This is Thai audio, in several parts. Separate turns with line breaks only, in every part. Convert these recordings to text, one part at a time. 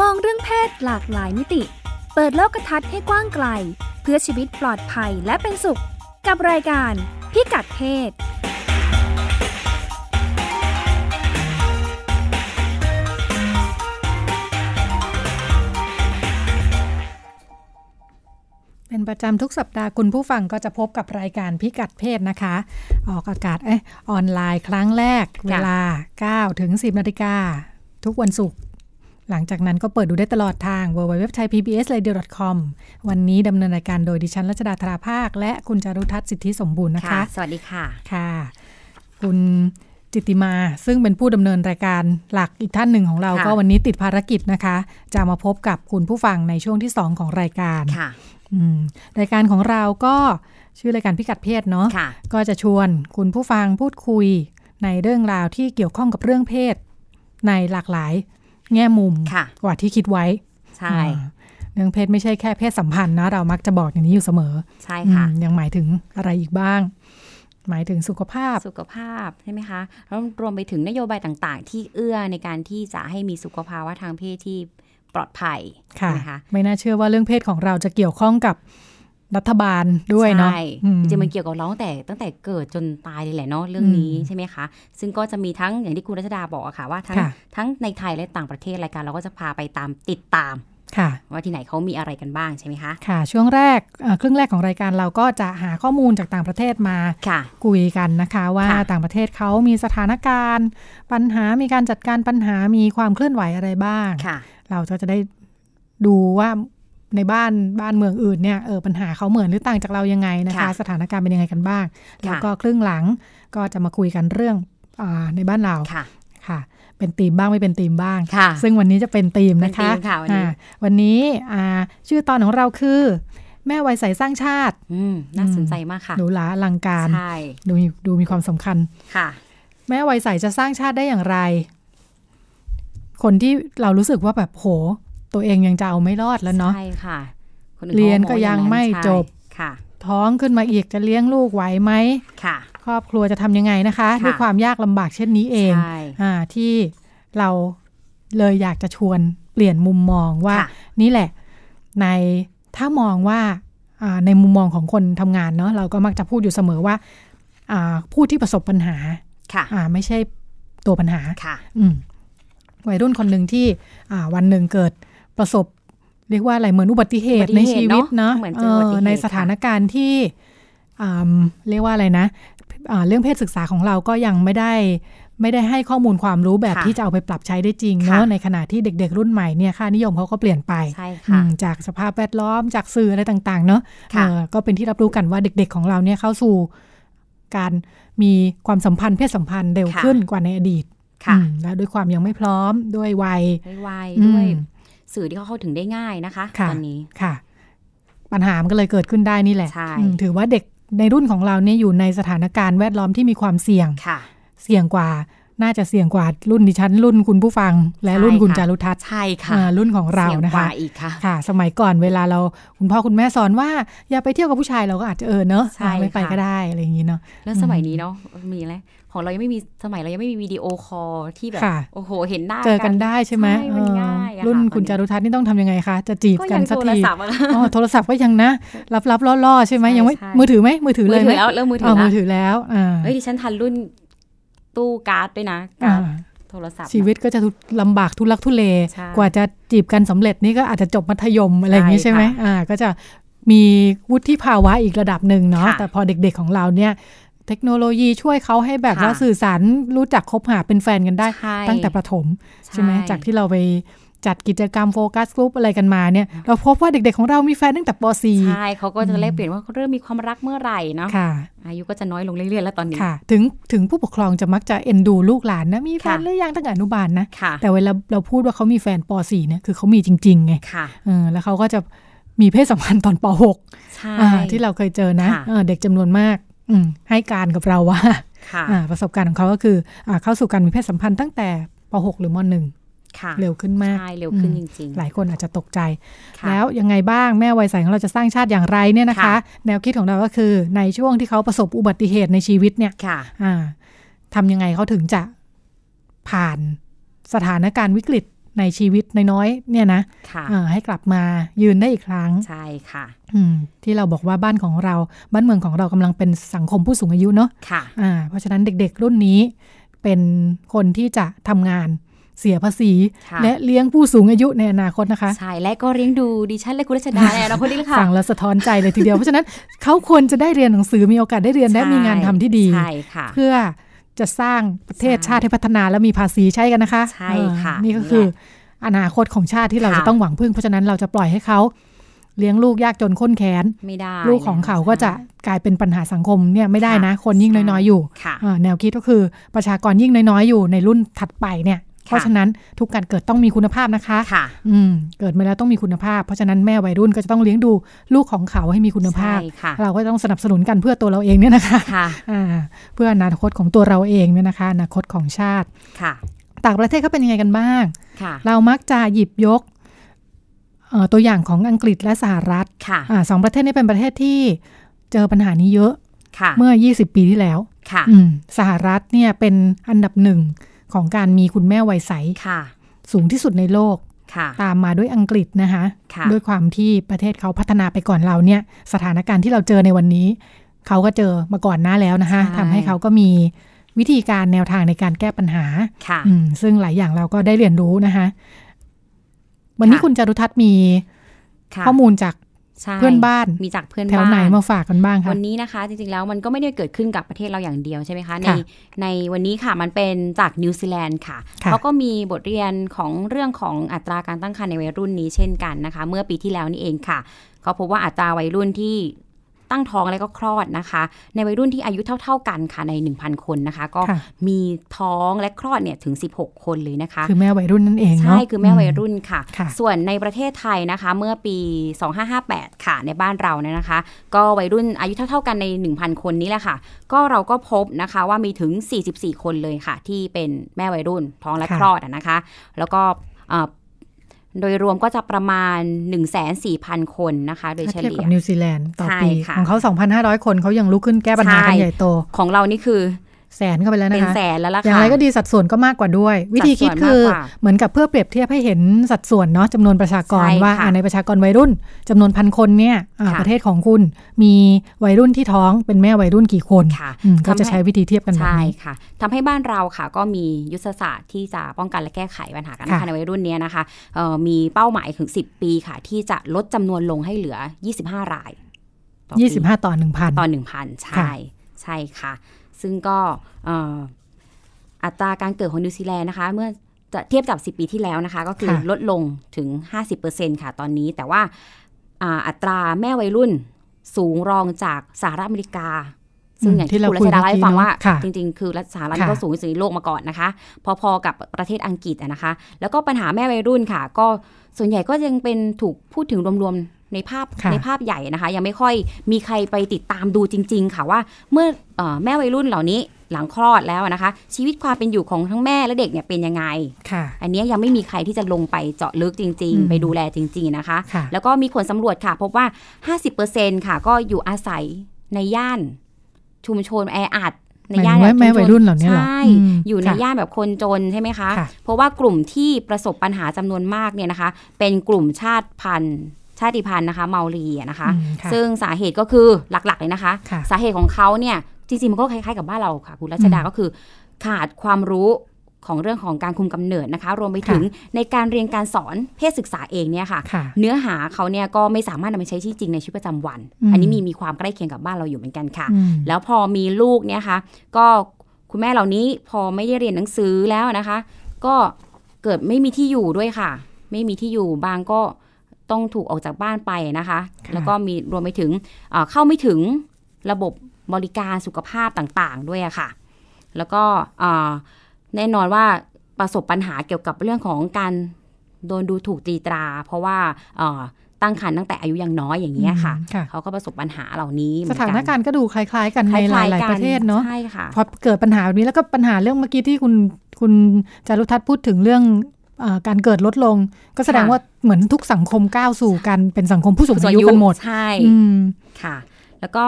ศหลากหลายมิติ เปิดโลกทัศน์ให้กว้างไกล เพื่อชีวิตปลอดภัยและเป็นสุข กับรายการพิกัดเพศ
เป็นประจำทุกสัปดาห์คุณผู้ฟังก็จะพบกับรายการพิกัดเพศนะคะ ออกอากาศเอยออนไลน์ครั้งแรก เวลา 9 ถึง 10 นาฬิกา ทุกวันศุกร์หลังจากนั้นก็เปิดดูได้ตลอดทาง w w w t h a i p b s r a d i o c o m วันนี้ดำเนินรายการโดยดิฉันรัชดาธราภาค และคุณจารุทัศน์สิทธิสมบูรณ์นะคะ
สวัสดีค่ะ
ค่ะ คุณจิตติมาซึ่งเป็นผู้ดำเนินรายการหลักอีกท่านหนึ่งของเรา
ค่ะ
ก็วันนี้ติดภารกิจนะคะ จะมาพบกับคุณผู้ฟังในช่วงที่สองของรายการ
ค่ะ
อืมรายการของเราก็ชื่อรายการพิกัดเพศเนาะ
ค่ะ
ก็จะชวนคุณผู้ฟังพูดคุยในเรื่องราวที่เกี่ยวข้องกับเรื่องเพศ ในหลากหลายแง่มุม
ค่ะ
กว่าที่คิดไว้
ใช่
อ่าเรื่องเพศไม่ใช่แค่เพศสัมพันธ์นะเรามักจะบอกอย่างนี้อยู่เสมอ
ใช่
อื
ค่ะ
มยังหมายถึงอะไรอีกบ้าง หมายถึงสุขภาพ
สุขภาพใช่ไหมคะแล้วรวมไปถึงนโยบายต่างๆ ที่เอื้อในการที่จะให้มีสุขภาวะทางเพศที่ปลอดภัย
ค่ะ
นะคะ
ไม่น่าเชื่อว่าเรื่องเพศของเราจะเกี่ยวข้องกับรัฐบาลด้วยเนาะ
ใช่
อื
จริงๆมันเกี่ยวกับเราตั้งแต่ตั้งแต่เกิดจนตายเลยแหละเนาะเรื่องนี้
อืม
ใช่ไหมคะ ซึ่งก็จะมีทั้งอย่างที่คุณรัชดาบอกอะค่ะว่าทั้ง
ค่ะ
ทั้งในไทยและต่างประเทศรายการเราก็จะพาไปตามติดตาม
ค่ะ
ว่าที่ไหนเขามีอะไรกันบ้างใช่ไหมคะ
ค่ะ ช่วงแรกเอ่อครึ่งแรกของรายการเราก็จะหาข้อมูลจากต่างประเทศมา
ค่ะ
คุยกันนะคะ ว่า
ค่ะ
ต่างประเทศเขามีสถานการณ์ ปัญหามีการจัดการปัญหามีความเคลื่อนไหวอะไรบ้าง
ค่ะ
เราก็จะได้ดูว่าในบ้านบ้านเมืองอื่นเนี่ยเออปัญหาเขาเหมือนหรือต่างจากเรายังไงนะคะ
ค่ะ
สถานการณ์เป็นยังไงกันบ้าง แล้วก็ครึ่งหลังก็จะมาคุยกันเรื่องอาในบ้านเรา
ค่ะ
ค่ะ เป็นธีมบ้างไม่เป็นธีมบ้าง
ค่ะ
ซึ่งวันนี้จะเป็นธีมนะคะ
เป็นธีมค่ะวันนี้
อ่าวันนี้อ่าชื่อตอนของเราคือ แม่วัยใสสร้างชาติ
อืมน่าสนใจมากค่ะ
หรูหราอลังการ
ใช่
ดูมีดูมีความสำคัญ
ค่ะ
แม่วัยใสจะสร้างชาติได้อย่างไร คนที่เรารู้สึกว่าแบบโห ตัวเองยังจะเอาไม่รอดแล้วเนาะ
ใช่ค่ะคอื่
เรียน
ขา
ก็
บอว่าอา
ยัง
นั้น
ไม่
ใช่
จบ
ค่ะ
ท้องขึ้นมาอีกจะเลี้ยงลูกไหวไหม
ค่ะ
ครอบครัวจะทำยังไงนะคะ
ค่ะ
ด้วยความยากลำบากเช่นนี้เอง
ใช่
อ่าที่เราเลยอยากจะชวนเปลี่ยนมุมมองว่า
ค่ะ
นี่แหละในถ้ามองว่าอ่าในมุมมองของคนทำงานเนาะเราก็มักจะพูดอยู่เสมอว่าอ่าผู้ที่ประสบปัญหา
ค่ะ
อ่าไม่ใช่ตัวปัญหา
ค่ะ
อืมวัยรุ่นคนหนึ่งที่อ่าวันหนึ่งเกิดประสบ เรียกว่าอะไรเหมือนอุบัติเหตุในชีวิตเนาะ
เหมือนเจออุบัติเห
เอ
ตุ
อในสถานการณ์ที่อ่าเรียกว่าอะไรนะอ่าเรื่องเพศศึกษาของเราก็ยังไม่ได้ไม่ได้ให้ข้อมูลความรู้แบบ
ค่ะ
ที่จะเอาไปปรับใช้ได้จริง
ค่ะ
เนาะในขณะที่เด็ก ๆ รุ่นใหม่เนี่ยค่านิยมเขาก็เปลี่ยนไป
ใช่ค่ะ
อืมจากสภาพแวดล้อมจากสื่ออะไรต่าง ๆ เนาะ
ค่ะ
เอ่อก็เป็นที่รับรู้กันว่าเด็ก ๆ ของเราเนี่ยเข้าสู่การมีความสัมพันธ์เพศสัมพันธ์เร็ว
ค่ะ
ขึ้นกว่าในอดีต
ค่ะ
อืมและด้วยความยังไม่พร้อมด้วยวัย
ไว
อืม
ๆด้วย สื่อที่เขาเข้าถึงได้ง่ายนะคะ
ค่ะ
ตอนนี้
ค่ะ ปัญหามันก็เลยเกิดขึ้นได้นี่แหละ
ใช่
อืมถือว่าเด็กในรุ่นของเราเนี่ยอยู่ในสถานการณ์แวดล้อมที่มีความเสี่ยง
ค่ะ
เสี่ยงกว่า น่าจะเสี่ยงกว่ารุ่นดิฉัน รุ่นคุณผู้ฟัง และรุ่นคุณ
ใช่ค่ะ
จารุทัศน์
ใช่ค่ะ
อ่ารุ่นของเรา
สี่ยง
นะ
ก
คะ
ว่าอีกค่ะ
ค่ะสมัยก่อนเวลาเราคุณพ่อคุณแม่สอนว่า อย่าไปเที่ยวกับผู้ชายเราก็อาจจะเออเนอะ
ใช่
อ่าไม่ไป
ค่ะ
ก็ได้อะไรอย่างนี้เนาะ
แล้วสมัยนี้เนาะมีแล้วของเรายังไม่มีสมัยเรายังไม่มีวิดีโอคอลที่แบบ
ค่ะ
โอ้โหเห็นหน้า
เจอกันได้ใช่ไหม
ใช่มันง่าย
เออ
อะค่ะ
รุ่น
ตอนนี้
คุณจารุทัศน์นี่ต้องทำยังไงคะ จะจีบ
ก็
กั
ยั
น
ง
สัก
โทร
ที
ศัพท์อะ
อ๋อโทรศัพท์ก็ยังนะรับรับล่อล่อๆใช่ไหม
ใช่
ยังไม่
ใช่
มือถือไหมมือถือ
มื
เล
อย
ไห
ถื
ม
อแล้วเริ่มมือถื
อ๋อ
อ
มื
ละ
อถือแล้วอ่า
เฮ้ยดิฉันทันรุ่นตู้การ์ดด้วยนะ
อ่า
การ์ดโทรศัพท์
ชีวิตก็จะลำบากทุลักทุเล
ใช่
กว่าจะจีบกันสำเร็จนี่ก็อาจจะจบมัธยมอะไรอย่างนี้
ใช่
ใช่ไหม
ค่ะ
อ่าก็จะมีวุฒิภาวะอีกระดับหนึ่งเนาะ
ค่ะ
แต่พอเด็กๆของเราเนี่ย เทคโนโลยีช่วยเขาให้แบบ
ค่ะ
ว่าสื่อสารรู้จักคบหาเป็นแฟนกันได้
ใช่
ตั้งแต่ประถม ใช่ไหมจากที่เราไปจัดกิจกรรมโฟกัสกลุ่มอะไรกันมาเนี่ย เราพบว่าเด็กๆของเรามีแฟนตั้งแต่ป
ใช่เขาก็จะแลกเปลี่ยนว่าเขาเริ่มมีความรักเมื่อไหร่เนาะ
.4 ค่ะ
อายุก็จะน้อยลงเรื่อยๆ แล้วตอนนี้
ค่ะ ถึงถึงผู้ปกครองจะมักจะเอ็นดูลูกหลานนะ มีแฟน
ค่ะ
หรือยังตั้งแต่อนุบาลนะ
ค่ะ
แต่เวลาเราพูดว่าเขามีแฟนป .4 เนี่ยคือเขามีจริงๆไง
ค่ะ
เออแล้วเขาก็จะมีเพศสัมพันธ์ตอนป .6
ใช่
ที่เราเคยเจอนะ
ค่ะ
เออเด็กจำนวนมากอืมให้การกับเราว่า
ค่ะ
อ่าประสบการณ์ของเขาก็คืออาเข้าสู่การมีเพศสัมพันธ์ตั้งแต่ป .6 หรือม
ค่ะ
.1 เร็วขึ้นมาก
ใช่ เร็วขึ้น
อื
จ
ม
ริง
หลายคนอาจจะตกใจ
ๆค่ะ
แล้วยังไงบ้างแม่วัยใสของเราจะสร้างชาติอย่างไรเนี่ยนะคะ
ค่ะ
แนวคิดของเราก็คือในช่วงที่เขาประสบอุบัติเหตุในชีวิตเนี่ย
ค่ะ
อ่าทำยังไงเขาถึงจะผ่านสถานการณ์วิกฤต ในชีวิตน้อยๆเนี่ยนะ
ค่ะ
อ่าให้กลับมายืนได้อีกครั้ง
ใช่ค่ะ
อืมที่เราบอกว่าบ้านของเราบ้านเมืองของเรากำลังเป็นสังคมผู้สูงอายุเนาะ
ค่ะ
อ่าเพราะฉะนั้นเด็กๆรุ่นนี้ เป็นคนที่จะทำงานเสียภาษี
ค่ะ
และเลี้ยงผู้สูงอายุในอนาคตนะคะ
ใช่และก็เลี้ยงดูดิฉันและคุณรัชดาในอนาคตนี้แหละค่ะ
ฟังแล้วสะท้อนใจเลยทีเดียว เพราะฉะนั้นเขาควรจะได้เรียนหนังสือมีโอกาสได้เรียนและมีงานทำที่ดี
ใช่ค่ะ
เพื่อจะสร้างประเทศ
ใช่
ชาติให้พัฒนาและมีภาษีใช้กันนะคะ
ใช่ค่ะ
อ่านี่ก็คืออนาคตของชาติที่เรา
ค่ะ
จะต้องหวังพึ่ง เพราะฉะนั้นเราจะปล่อยให้เขาเลี้ยงลูกยากจนข้นแค้น
ไม่ได้
ลูกของเขาก็จะกลายเป็นปัญหาสังคมเนี่ยไม่ได้นะ คนยิ่งน้อยๆอยู่
ค่ะ
อ่าแนวคิดก็คือประชากรยิ่งน้อยๆอยู่ในรุ่นถัดไปเนี่ย เพราะฉะนั้นทุกการเกิดต้องมีคุณภาพนะคะ
ค่ะ
อืมเกิดมาแล้วต้องมีคุณภาพ เพราะฉะนั้นแม่วัยรุ่นก็จะต้องเลี้ยงดูลูกของเขาให้มีคุณภาพ
ใช่ค่ะ
เราก็ต้องสนับสนุนกันเพื่อตัวเราเองเนี่ยนะคะ
ค่ะ
อ่าเพื่ออนาคตของตัวเราเองเนี่ยนะคะอนาคตของชาติ
ค่ะ
ต่างประเทศเขาเป็นยังไงกันบ้าง
ค่ะ
เรามักจะหยิบยกเอ่อตัวอย่างของอังกฤษและสหรัฐ
ค่ะ
อาสองประเทศนี้เป็นประเทศที่เจอปัญหานี้เยอะ
ค่ะ
เมื่อ 20 ปีที่แล้ว
ค่ะ
อืมสหรัฐเนี่ยเป็นอันดับหนึ่งของการมีคุณแม่วัยใส
ค่ะ
สูงที่สุดในโลก
ค่ะ
ตามมาด้วยอังกฤษนะคะ
ค่ะ
ด้วยความที่ประเทศเขาพัฒนาไปก่อนเราเนี่ย สถานการณ์ที่เราเจอในวันนี้ เขาก็เจอมาก่อนหน้าแล้วนะคะทำให้เขาก็มีวิธีการแนวทางในการแก้ปัญหา
ค่ะ
อืมซึ่งหลายอย่างเราก็ได้เรียนรู้นะคะ วันนี้
ค่ะ
คุณจารุทัศน์มี
ค่ะ
ข้อมูลจาก
ใช่
เพื่อนบ้าน
มีจากเพื่อน
แถว
บ้าน
ไหนมาฝากกันบ้างคะ
วันนี้นะคะจริงๆแล้วมันก็ไม่ได้เกิดขึ้นกับประเทศเราอย่างเดียวใช่ไหมคะ ใน
ค่ะ
ในวันนี้ค่ะมันเป็นจากนิวซีแลนด์ค่ะ
ค่ะ
เขาก็มีบทเรียนของเรื่องของอัตราการตั้งครรภ์ในวัยรุ่นนี้เช่นกันนะคะ เมื่อปีที่แล้วนี่เองค่ะเขาพบว่าอัตราวัยรุ่นที่ตั้งท้องและก็คลอดนะคะ ในวัยรุ่นที่อายุเท่า ๆกันค่ะใน 1,000 คนนะคะ ก็
ค่ะ
มีท้องและคลอดเนี่ยถึง 16 คนเลยนะคะ
คือแม่วัยรุ่นนั่นเองเนาะ
ใช่ คือแม่วัยรุ่นค่ะ
ค่ะ
ส่วนในประเทศไทยนะคะ เมื่อปี 2558 ค่ะ ในบ้านเราเนี่ยนะคะ ก็วัยรุ่นอายุเท่า ๆ กันใน 1,000 คนนี้แหละค่ะ ก็เราก็พบนะคะว่ามีถึง 44 คนเลยค่ะ ที่เป็นแม่วัยรุ่นท้องและคลอดอะนะคะ แล้วก็เอ่อโดยรวมก็จะประมาณ 1,400,000 คนนะคะ โดย
ถ้า
เฉ
เทียบ
ลี่
กั
ย
บนิวซีแลนด์ต่อ
ใช่
ปี
ค่ะ
ของเขา 2,500 คนเขายังลุกขึ้นแก้ปัญหากั
ใช่
นใหญ่โต
ของเรานี่คือ
แสนเข้าไปแล้วนะคะ
เป็นแสนแล้วล่ะ
อย่าง
ค่ะ
ไรก็ดีสัดส่วนก็มากกว่าด้วย วิธีคิด
สัดส่วน
คือ
มากกว่า
เหมือนกับเพื่อเปรียบเทียบให้เห็นสัดส่วนเนาะจำนวนประชากร
ใช่ค่ะ
ว่าอ่ะในประชากรวัยรุ่นจำนวนพันคนเนี่ยอ่ะ
ค่ะ
ประเทศของคุณมีวัยรุ่นที่ท้องเป็นแม่วัยรุ่นกี่คน
ค่ะ
อืมก็
ทำให้
จะใช้วิธีเทียบกันแบบ
ใช่
นี้
ค่ะทำให้บ้านเราค่ะก็มียุทธศาสตร์ที่จะป้องกันและแก้ไขปัญหาการ
ค่ะ
ค้าในวัยรุ่นเนี้ยนะคะเอ่อมีเป้าหมายถึง 10 ปีค่ะ ที่จะลดจำนวนลงให้เหลือ 25 รายต่อปี
ยี่สิบห้าต่อหนึ่งพัน
ต่อ 1,000 ใช่
ค่ะ
ใช่ค่ะ ซึ่งก็เอ่ออัตราการเกิดของนิวซีแลนด์นะคะ เมื่อจะเทียบกับ 10 ปีที่แล้วนะคะ ก็คือ
ค่ะ
ลดลงถึง 50%ค่ะตอนนี้แต่ว่าอ่าอัตราแม่วัยรุ่นสูงรองจากสหรัฐอเมริกา ซึ่งอย่างที่
ที่เรา
คุณรัชดาเล่าให้ฟังว่า
คุยเมื่อกี้เนอะค่ะ
จริงๆ คือรัฐสหรัฐ
ค่ะ
ก็สูงที่สุดในโลกมาก่อนนะคะ พอๆกับประเทศอังกฤษอะนะคะ แล้วก็ปัญหาแม่วัยรุ่นค่ะ ก็ส่วนใหญ่ก็ยังเป็นถูกพูดถึงรวมๆ ในภาพ
ค่ะ
ในภาพใหญ่นะคะ ยังไม่ค่อยมีใครไปติดตามดูจริง ๆ ค่ะว่า เมื่อเออแม่วัยรุ่นเหล่านี้หลังคลอดแล้วนะคะ ชีวิตความเป็นอยู่ของทั้งแม่และเด็กเนี่ยเป็นยังไง
ค่ะ
อันเนี้ยยังไม่มีใครที่จะลงไปเจาะลึกจริง
อืม
ๆ ไปดูแลจริง ๆ นะคะ
ค่ะ
แล้วก็มีผลสำรวจค่ะ พบว่า 50%ค่ะ ก็อยู่อาศัยในย่านชุมชนแออัดในย่าน
หมายถึงว่าแม่
ชุช
วัยรุ่นเหล่านี้เหรอ
ใช่
อืม
อยู่ใน
ค่ะ
ย่านแบบคนจนใช่ไหมคะ
ค่ะ
เพราะว่ากลุ่มที่ประสบปัญหาจำนวนมากเนี่ยนะคะ เป็นกลุ่มชาติพันธุ์ ชาติพันธุ์นะคะ เมาลีอะนะคะ
อืมค่ะ
ซึ่งสาเหตุก็คือหลักๆเลยนะคะ
ค่ะ
สาเหตุของเขาเนี่ยจริงๆ มันก็คล้ายๆกับบ้านเราค่ะคุณรัชดา
อืม
ก็คือ ขาดความรู้ของเรื่องของการคุมกำเนิดนะคะ รวมไปถึงในการเรียนการสอนเพศศึกษาเองเนี่ยค่ะ
ค่ะ
เนื้อหาเขาเนี่ยก็ไม่สามารถนำมาใช้ที่จริงในชีวิตประจำวัน
อืม
อันนี้มีมีความใกล้เคียงกับบ้านเราอยู่เหมือนกันค่ะ
อืม
แล้วพอมีลูกเนี่ยค่ะก็คุณแม่เหล่านี้พอไม่ได้เรียนหนังสือแล้วนะคะ ก็เกิดไม่มีที่อยู่ด้วยค่ะ ไม่มีที่อยู่บางก็ต้องถูกออกจากบ้านไปนะคะ
ค่ะ
แล้วก็มีรวมไปถึงเอ่อเข้าไม่ถึงระบบบริการสุขภาพต่างๆ ด้วยอะค่ะ แล้วก็เอ่อแน่นอนว่าประสบปัญหาเกี่ยวกับเรื่องของการโดนดูถูกตีตรา เพราะว่าเอ่อตั้งครรภ์ตั้งแต่อายุยังน้อยอย่างเงี้ยค่ะ
ค่ะ
เขาก็ประสบปัญหาเหล่านี้เหมื
ส
อ
ถานการณ์ก็ดูคล้ายๆ กันในห
ค
ลาย
กั
ๆประเทศเนาะ
ใช่ค่ะ
พอเกิดปัญหาแบบนี้แล้วก็ปัญหาเรื่องเมื่อกี้ที่คุณคุณจารุทัศน์พูดถึงเรื่องเออการเกิดลดลง ก็แสดง
ค่ะ
ว่าเหมือนทุกสังคมก้าวสู่กันเป็นสังคมผู้สูงอายุกันหมด
ใช่
อืม
ค่ะ แล้วก็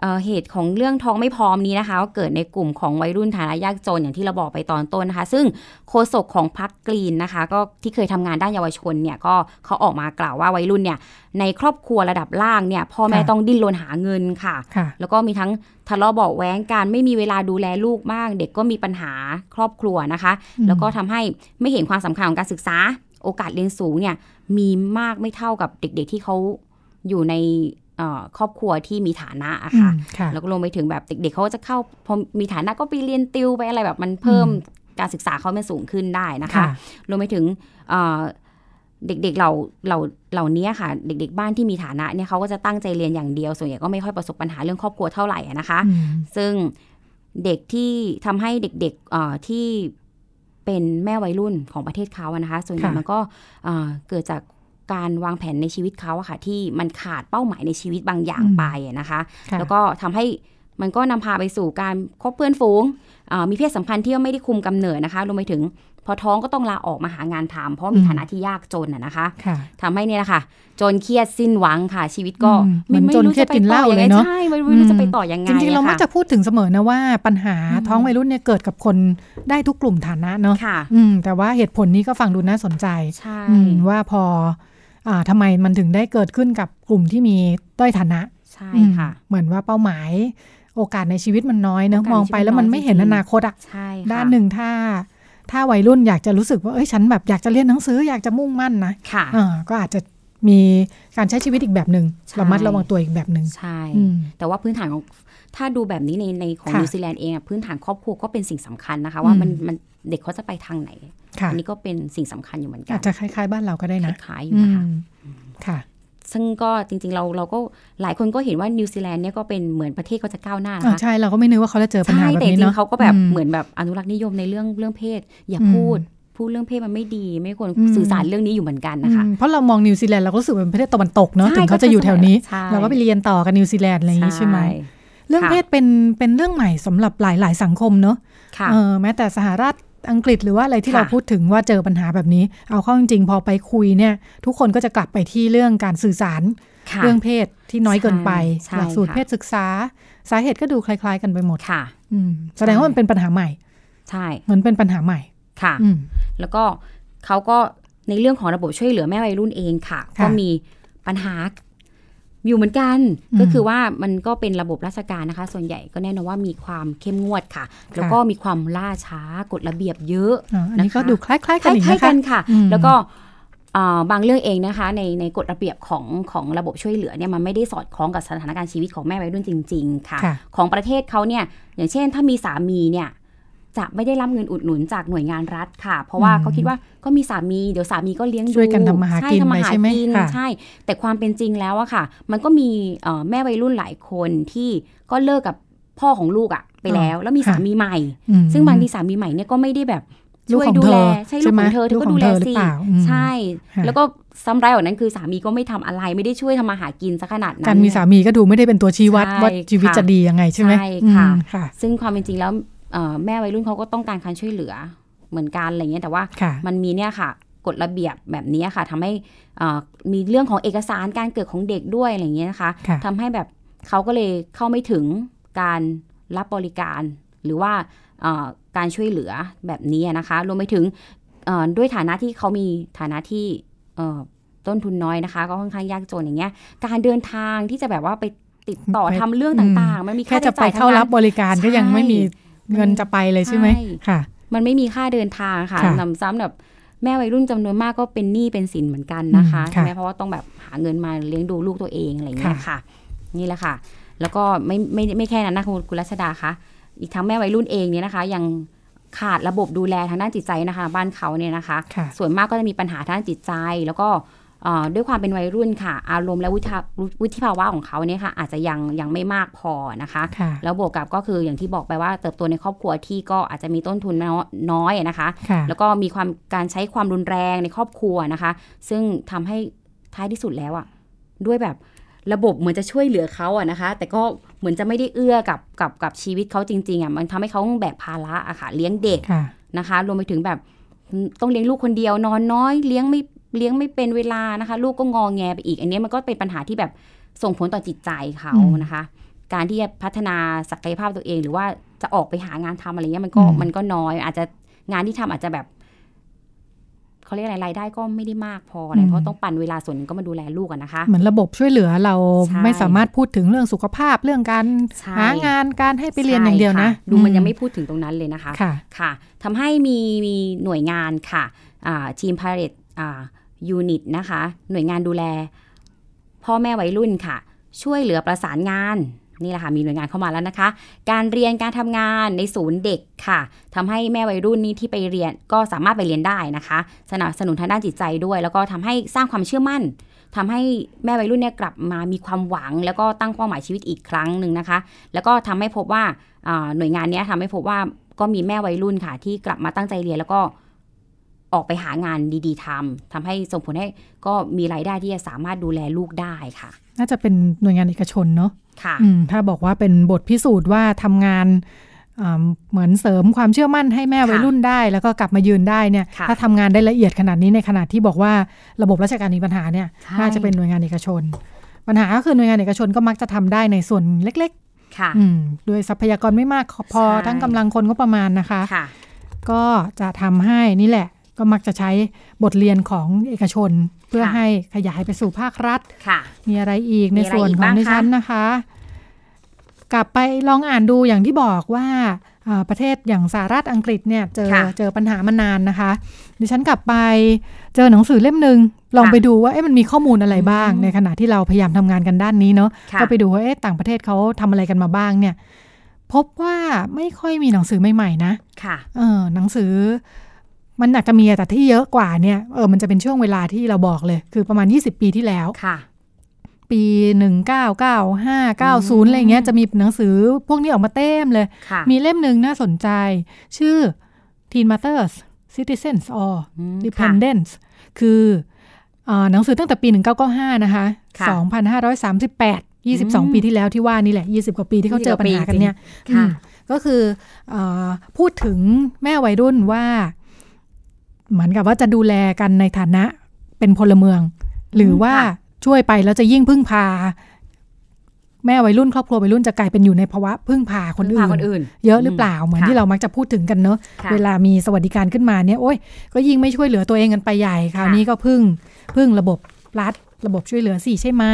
เอ่อเหตุของเรื่องท้องไม่พร้อมนี้นะคะก็เกิดในกลุ่มของวัยรุ่นฐานะยากจนอย่างที่เราบอกไปตอนต้นนะคะ ซึ่งโฆษกของพรรคกรีนนะคะ ก็ที่เคยทำงานด้านเยาวชนเนี่ยก็เขาออกมากล่าวว่าวัยรุ่นเนี่ยในครอบครัวระดับล่างเนี่ยพ่อแม่
ค่ะ
ต้องดิ้นรนหาเงินค่ะ
ค่ะ
แล้วก็มีทั้งทะเลาะเบาะแว้งการไม่มีเวลาดูแลลูกมาก เด็กก็มีปัญหาครอบครัวนะคะ
อืม
แล้วก็ทำให้ไม่เห็นความสำคัญของการศึกษา โอกาสเรียนสูงเนี่ยมีมากไม่เท่ากับเด็กๆที่เขาอยู่ในเอ่อครอบครัวที่มีฐานะอะ
อื
ค่ะ
มค่ะ
แล้วก็รวมไปถึงแบบเด็กๆเขาก็จะเข้าพอมีฐานะก็ไปเรียนติวไปอะไรแบบมันเพิ่ม
อื
การศึกษาเขามันสูงขึ้นได้นะคะ
ค่ะ
รวมไปถึงเอ่อเด็กๆเราเราเหล่านี้ค่ะ เด็กๆบ้านที่มีฐานะเนี่ยเขาก็จะตั้งใจเรียนอย่างเดียว ส่วนใหญ่ก็ไม่ค่อยประสบปัญหาเรื่องครอบครัวเท่าไหร่อะนะคะ
อืม
ซึ่งเด็กที่ทำให้เด็กๆเอ่อที่เป็นแม่วัยรุ่นของประเทศเขาอะนะคะ ส่วนใหญ่
ค่ะ
มันก็เอ่อเกิดจากการวางแผนในชีวิตเขาอะค่ะ ที่มันขาดเป้าหมายในชีวิตบางอย่างไปอะนะคะ
ค่ะ
แล้วก็ทำให้มันก็นำพาไปสู่การคบเพื่อนฝูงเอ่อมีเพศสัมพันธ์ที่ไม่ได้คุมกำเนิดนะคะรวมไปถึงพอท้องก็ต้องลาออกมาหางานทำเพราะมีฐานะที่ยากจนน่ะนะคะ
ค่ะ
ทำให้เนี่ยนะคะจนเครียดสิ้นหวังค่ะ ชีวิตก็
อืมเหมือน
ไม่
จน
รู้
เครียดกินเหล้า
จะไปต่อ
เลยเนอะ
งไงใช่ไม่รู้จะ
อืม
ไปต่อยังไง
จริงๆ
อะ
เรามัก
ค่ะ
จะพูดถึงเสมอนะว่าปัญหา
อืม
ท้องวัยรุ่นเนี่ยเกิดกับคนได้ทุกกลุ่มฐานะเนอะ
ค่ะ
อืม แต่ว่าเหตุผลนี้ก็ฟังดูน่าสนใจ
ใช่
อืมว่าพอ อ่าทำไมมันถึงได้เกิดขึ้นกับกลุ่มที่มีด้อยฐานะ
ใช่
อืม
ค่ะ
เหมือนว่าเป้าหมาย โอกาสในชีวิตมันน้อยเนอะ
โอกาสใน
มองไปแล้วมัน
ชีวิตน้อย
ไม่เห็น
จริ
อง
ๆ
นาคตอะ
ใช่
ด้านหนึ่งถ้าถ้าวัยรุ่นอยากจะรู้สึกว่าเอ้ยฉันแบบอยากจะเรียนหนังสืออยากจะมุ่งมั่นนะ
ค่ะ
อ่าก็อาจจะมีการใช้ชีวิตอีกแบบหนึง่ง
ใช่
ระมัดระวังตัวอีกแบบหนึง่ง
ใช่
อืม
แต่ว่าพื้นฐานของถ้าดูแบบนี้ในในของ
ค่ะ
นิวซีแลนด์เองอะพื้นฐานครอบครัวก็เป็นสิ่งสำคัญนะคะว่ามัน
อืม
มันเด็กเขาจะไปทางไหน
ค่ะ
อันนี้ก็เป็นสิ่งสำคัญอยู่เหมือนกั
อาจจะคล้ายๆ บ้านเราก็ได้นะ
ขายๆอยู่นะคะ
อืมค่ะ
ซึ่งก็จริงๆเราเราก็หลายคนก็เห็นว่านิวซีแลนด์เนี่ยก็เป็นเหมือนประเทศเขาจะก้าวหน้านะ
อ่า
คะ
ใช่เราก็ไม่นึกว่าเขาจะเจอปัญ
ใช่
หาแบบ
แต่จ
นี้
ริ
เนาะ
งๆเขาก็แบบ
ม
เหมือนแบบอนุรักษ์นิยมในเรื่องเรื่องเพศ อย่า
อืม
พูดพูดเรื่องเพศมันไม่ดี ไม่ควร
อืม
สื่อสารเรื่องนี้อยู่เหมือนกันนะคะ
อืมเพราะเรามองนิวซีแลนด์เราก็รู้สึกว่าเป็นประเทศตะวันตกเนาะ
ใช่
ถึงเขาจะอยู่แถวนี้
ใช่
เราก็ไปเรียนต่อกันนิวซีแลนด์อะไรอย่างนี้ใช่ไหมเรื่องเพศเป็นเป็นเรื่องใหม่สำหรับหลายๆสังคมเนาะ
ค่ะ
เออแม้แต่สหรัฐอังกฤษหรือว่าอะไรที่
ค่ะ
เราพูดถึงว่าเจอปัญหาแบบนี้ เอาเข้าจริงๆพอไปคุยเนี่ย ทุกคนก็จะกลับไปที่เรื่องการสื่อสาร
ค่ะ
เรื่องเพศที่น้อยเกินไป
ใช่
หลักสูตร
ค่ะ
เพศศึกษา สาเหตุก็ดูคล้ายๆ กันไปหมด
ค่ะ
อืมแสดงว่ามันเป็นปัญหาใหม่
ใช่
เหมือนเป็นปัญหาใหม่
ค่ะ
อืม
แล้วก็เขาก็ในเรื่องของระบบช่วยเหลือแม่วัยรุ่นเองค่ะ
ค่ะ
ก็มีปัญหาอยู่เหมือนกัน
อืม
ก็คือว่ามันก็เป็นระบบราชการนะคะ ส่วนใหญ่ก็แน่นอนว่ามีความเข้มงวดค่ะ แล้วก็มีความล่าช้ากฎระเบียบเยอะ
าอันนี้
นะคะ
ก็ดูคล้ายๆ
ค
กันอีก
ล้าย
นะ
ๆกั
คะ
นค่ะ
อืม
แล้วก็เอ่อบางเรื่องเองนะคะ ในในกฎระเบียบของของระบบช่วยเหลือเนี่ยมันไม่ได้สอดคล้องกับสถานการณ์ชีวิตของแม่วัยรุ่นจริง ๆ ค่ะ
ค่ะ
ของประเทศเขาเนี่ยอย่างเช่น ถ้ามีสามีเนี่ยจะไม่ได้รับเงินอุดหนุนจากหน่วยงานรัฐค่ะ เพราะว่าเขาคิดว่าก็มีสามีเดี๋ยวสามีก็เลี้ยงดู
ช่วยกันทำมาหากิน
ใช่ทำ
ไปใช่ไหมา
กิน
ค่ะ
ใช่ แต่ความเป็นจริงแล้วอะค่ะ มันก็มีเอ่อแม่วัยรุ่นหลายคนที่ก็เลิกกับพ่อของลูกอะไปแล้ว แล้วมีสามีใหม่
อืม
ซึ่งบางทีสามีใหม่เนี่ยก็ไม่ได้แบบ
ลูก
ช่วย
ของ
ดู
เธ
แล
อ
ใช่ลูกของเธอเธอ
ลูก
ก็
ขอ
ดู
ง
แล
เธอหรื
สิ
อเปล่าอืม
ใช่
ค่ะ
แล้วก็ซ้ำร้ายกว่านั้นคือสามีก็ไม่ทำอะไรไม่ได้ช่วยทำมาหากินสักขนาดนั้น
การมี
เนี่ย
สามีก็ดูไม่ได้เป็นตัวชี้วัด
ใช่
ว่าชีวิต
ค่ะ
จะดียังไงใช่ไหม
ใช่ค่ะ
อืมค่ะ
ซึ่งความเป็นจริงแล้วเอ่อแม่วัยรุ่นเขาก็ต้องการการช่วยเหลือเหมือนกันอะไรเงี้ยแต่ว่า
ค่ะ
มันมีเนี่ยค่ะกฎระเบียบแบบนี้ค่ะทำให้เอ่อมีเรื่องของเอกสารการเกิดของเด็กด้วยอะไรเงี้ยนะคะ
ค่ะ
ทำให้แบบเขาก็เลยเข้าไม่ถึงการรับบริการ หรือว่าเอ่อการช่วยเหลือแบบนี้นะคะรวมไปถึงเอ่อด้วยฐานะที่เขามีฐานะที่เอ่อต้นทุนน้อยนะคะ ก็ค่อนข้างยากจนอย่างเงี้ยการเดินทางที่จะแบบว่าไปติดต่อทำเรื่องต่างๆ มันมี
แค่
ค่า
จะไป
ใช้จ่ายทั้
เข้าง
นั้น
รับบริการก็ยังไม่มีเงินจะไปเลยใช่ไหม
ใช่
ค่ะ
มันไม่มีค่าเดินทางค่ะ
ค่ะ
นำซ้ำแบบแม่วัยรุ่นจำนวนมากก็เป็นหนี้เป็นสินเหมือนกันนะคะ
อืมค่ะ
ใช่ไหมเพราะว่าต้องแบบหาเงินมาเลี้ยงดูลูกตัวเองอะไรอย่างเงี้ยค่ะ นี่แหละค่ะ แล้วก็ไม่ไม่ไม่แค่นั้นนะคุณคุณรัชดาคะอีกทั้งแม่วัยรุ่นเองเนี่ยนะคะ ยังขาดระบบดูแลทางด้านจิตใจนะคะ บ้านเขาเนี่ยนะคะ
ค่ะ
ส่วนมากก็จะมีปัญหาทางด้านจิตใจ แล้วก็เอ่อด้วยความเป็นวัยรุ่นค่ะ อารมณ์และวุฒิภาวุฒิภาวะของเขาเนี่ยค่ะ อาจจะยังยังไม่มากพอนะคะ
ค่ะ
แล้วบวกกับก็คืออย่างที่บอกไปว่าเติบโตในครอบครัวที่ก็อาจจะมีต้นทุนน้อยน้อยนะคะ
ค่ะ
แล้วก็มีความการใช้ความรุนแรงในครอบครัวนะคะ ซึ่งทำให้ท้ายที่สุดแล้วอะด้วยแบบระบบเหมือนจะช่วยเหลือเขาอะนะคะ แต่ก็เหมือนจะไม่ได้เอื้อกับกับกับชีวิตเขาจริงๆอะมันทำให้เขาต้องแบกภาระอะค่ะเลี้ยงเด็ก
ค่ะ
นะคะรวมไปถึงแบบต้องเลี้ยงลูกคนเดียวนอนน้อย เลี้ยงไม่เลี้ยงไม่เป็นเวลานะคะ ลูกก็งอแงไปอีก อันเนี้ยมันก็เป็นปัญหาที่แบบส่งผลต่อจิตใจเขา
อืม
นะคะ การที่จะพัฒนาศักยภาพตัวเอง หรือว่าจะออกไปหางานทำอะไรเงี้ยมันก็
อืม
มันก็น้อย อาจจะงานที่ทำอาจจะแบบเขาเรียกอะไรรายได้ก็ไม่ได้มากพออะไรเพราะต้องปั่นเวลาส่วนหนึงก็มาดูแลลูกอะนะคะ
เหมือนระบบช่วยเหลือเรา
ใช่
ไม่สามารถพูดถึงเรื่องสุขภาพเรื่องการ
ใช่
หางานการให้ไปเรียนอย่างเดียวนะ
ใช่ค่ดูมันยังไม่พูดถึงตรงนั้นเลยนะคะ
ค่ะ
ค่ะทำให้มีมีหน่วยงานค่ะอ่าทีมพาเลตยูนิตนะคะ หน่วยงานดูแล พ่อแม่วัยรุ่นค่ะ ช่วยเหลือประสานงานนี่แหละค่ะมีหน่วยงานเข้ามาแล้วนะคะ การเรียนการทำงานในศูนย์เด็กค่ะทำให้แม่วัยรุ่นนี้ที่ไปเรียนก็สามารถไปเรียนได้นะคะ สนับสนุนทางด้านจิตใจด้วย แล้วก็ทำให้สร้างความเชื่อมั่นทำให้แม่วัยรุ่นเนี่ยกลับมามีความหวัง แล้วก็ตั้งเป้าหมายชีวิตอีกครั้งหนึ่งนะคะ แล้วก็ทำให้พบว่าอ่าหน่วยงานเนี้ยทำให้พบว่าก็มีแม่วัยรุ่นค่ะ ที่กลับมาตั้งใจเรียนแล้วก็ออกไปหางานดีๆทำทำให้ส่งผลให้ก็มีรายได้ที่จะสามารถดูแลลูกได้ค่ะ
น่าจะเป็นหน่วยงานเอกชนเนาะ
ค่ะ
อืมถ้าบอกว่าเป็นบทพิสูจน์ว่าทำงานอ่าเหมือนเสริมความเชื่อมั่นให้แม่
ค่ะ
วัยรุ่นได้ แล้วก็กลับมายืนได้เนี่ย
ค่ะ
ถ้าทำงานได้ละเอียดขนาดนี้ในขณะที่บอกว่าระบบราชการมีปัญหาเนี่ย
ใช่
น่าจะเป็นหน่วยงานเอกชน ปัญหาก็คือหน่วยงานเอกชนก็มักจะทำได้ในส่วนเล็ก
ค่ะ
ๆ อืมด้วยทรัพยากรไม่มากพอ
ใช่
ทั้งกำลังคนก็ประมาณนะคะ
ค่ะ
ก็จะทำให้นี่แหละ ก็มักจะใช้บทเรียนของเอกชน เพื่อ
ค่ะ
ให้ขยายไปสู่ภาครัฐ
ค่ะ
มีอะไรอีกใน
มีอะไร
ส่วน
อีก
ของ
บ้าง
ดิ
คะ
ฉันนะคะ กลับไปลองอ่านดูอย่างที่บอกว่าเอ่อประเทศอย่างสหรัฐอังกฤษเนี่ยเจอ
ค่ะ
เจอปัญหามานานนะคะ ดิฉันกลับไปเจอหนังสือเล่มหนึ่งลอง
ค่ะ
ไปดูว่าเอ๊ะมันมีข้อมูลอะไรบ้าง
อืม
ในขณะที่เราพยายามทำงานกันด้านนี้เนาะ
ค่ะ
ก็ไปดูว่าเอ๊ะต่างประเทศเขาทำอะไรกันมาบ้างเนี่ย พบว่าไม่ค่อยมีหนังสือใหม่ๆนะ
ค่ะ
เออหนังสือมันอาจจะมีแต่ที่เยอะกว่าเนี่ยเออมันจะเป็นช่วงเวลาที่เราบอกเลย คือประมาณ 20 ปีที่แล้ว
ค่ะ
ปี 1995 90 อะไรอย่างเงี้ยจะมีหนังสือพวกนี้ออกมาเต็มเลย
ค่ะ
มีเล่มหนึ่งน่าสนใจ ชื่อ Teen Matters Citizens or
อืมค่ะ
Dependents คือเอ่อหนังสือตั้งแต่ปี 1995 นะคะ
ค่ะ
2538 22 ปีที่แล้วที่ว่านี่แหละ 20 กว่าปีที่เขาเจอปัญหากันเนี่ย
ค่ะ
อืมก็คือเออพูดถึงแม่วัยรุ่นว่า เหมือนกับว่าจะดูแลกันในฐานะเป็นพลเมือง หรือว่า
ค่ะ
ช่วยไปแล้วจะยิ่งพึ่งพา แม่วัยรุ่น ครอบครัววัยรุ่นจะกลายเป็นอยู่ในภาวะพึ่งพาคน
พึ่ง
อื่
พาน คนอื่น
เยอะหรือเปล่าเหมือน
ค่ะ
ที่เรามักจะพูดถึงกันเนอะ
ค่ะ
เวลามีสวัสดิการขึ้นมาเนี่ยโอ้ยก็ยิ่งไม่ช่วยเหลือตัวเองกันไปใหญ่คราวนี้ก็พึ่งพึ่งระบบรัฐ ระบบช่วยเหลือสิใช่ไหม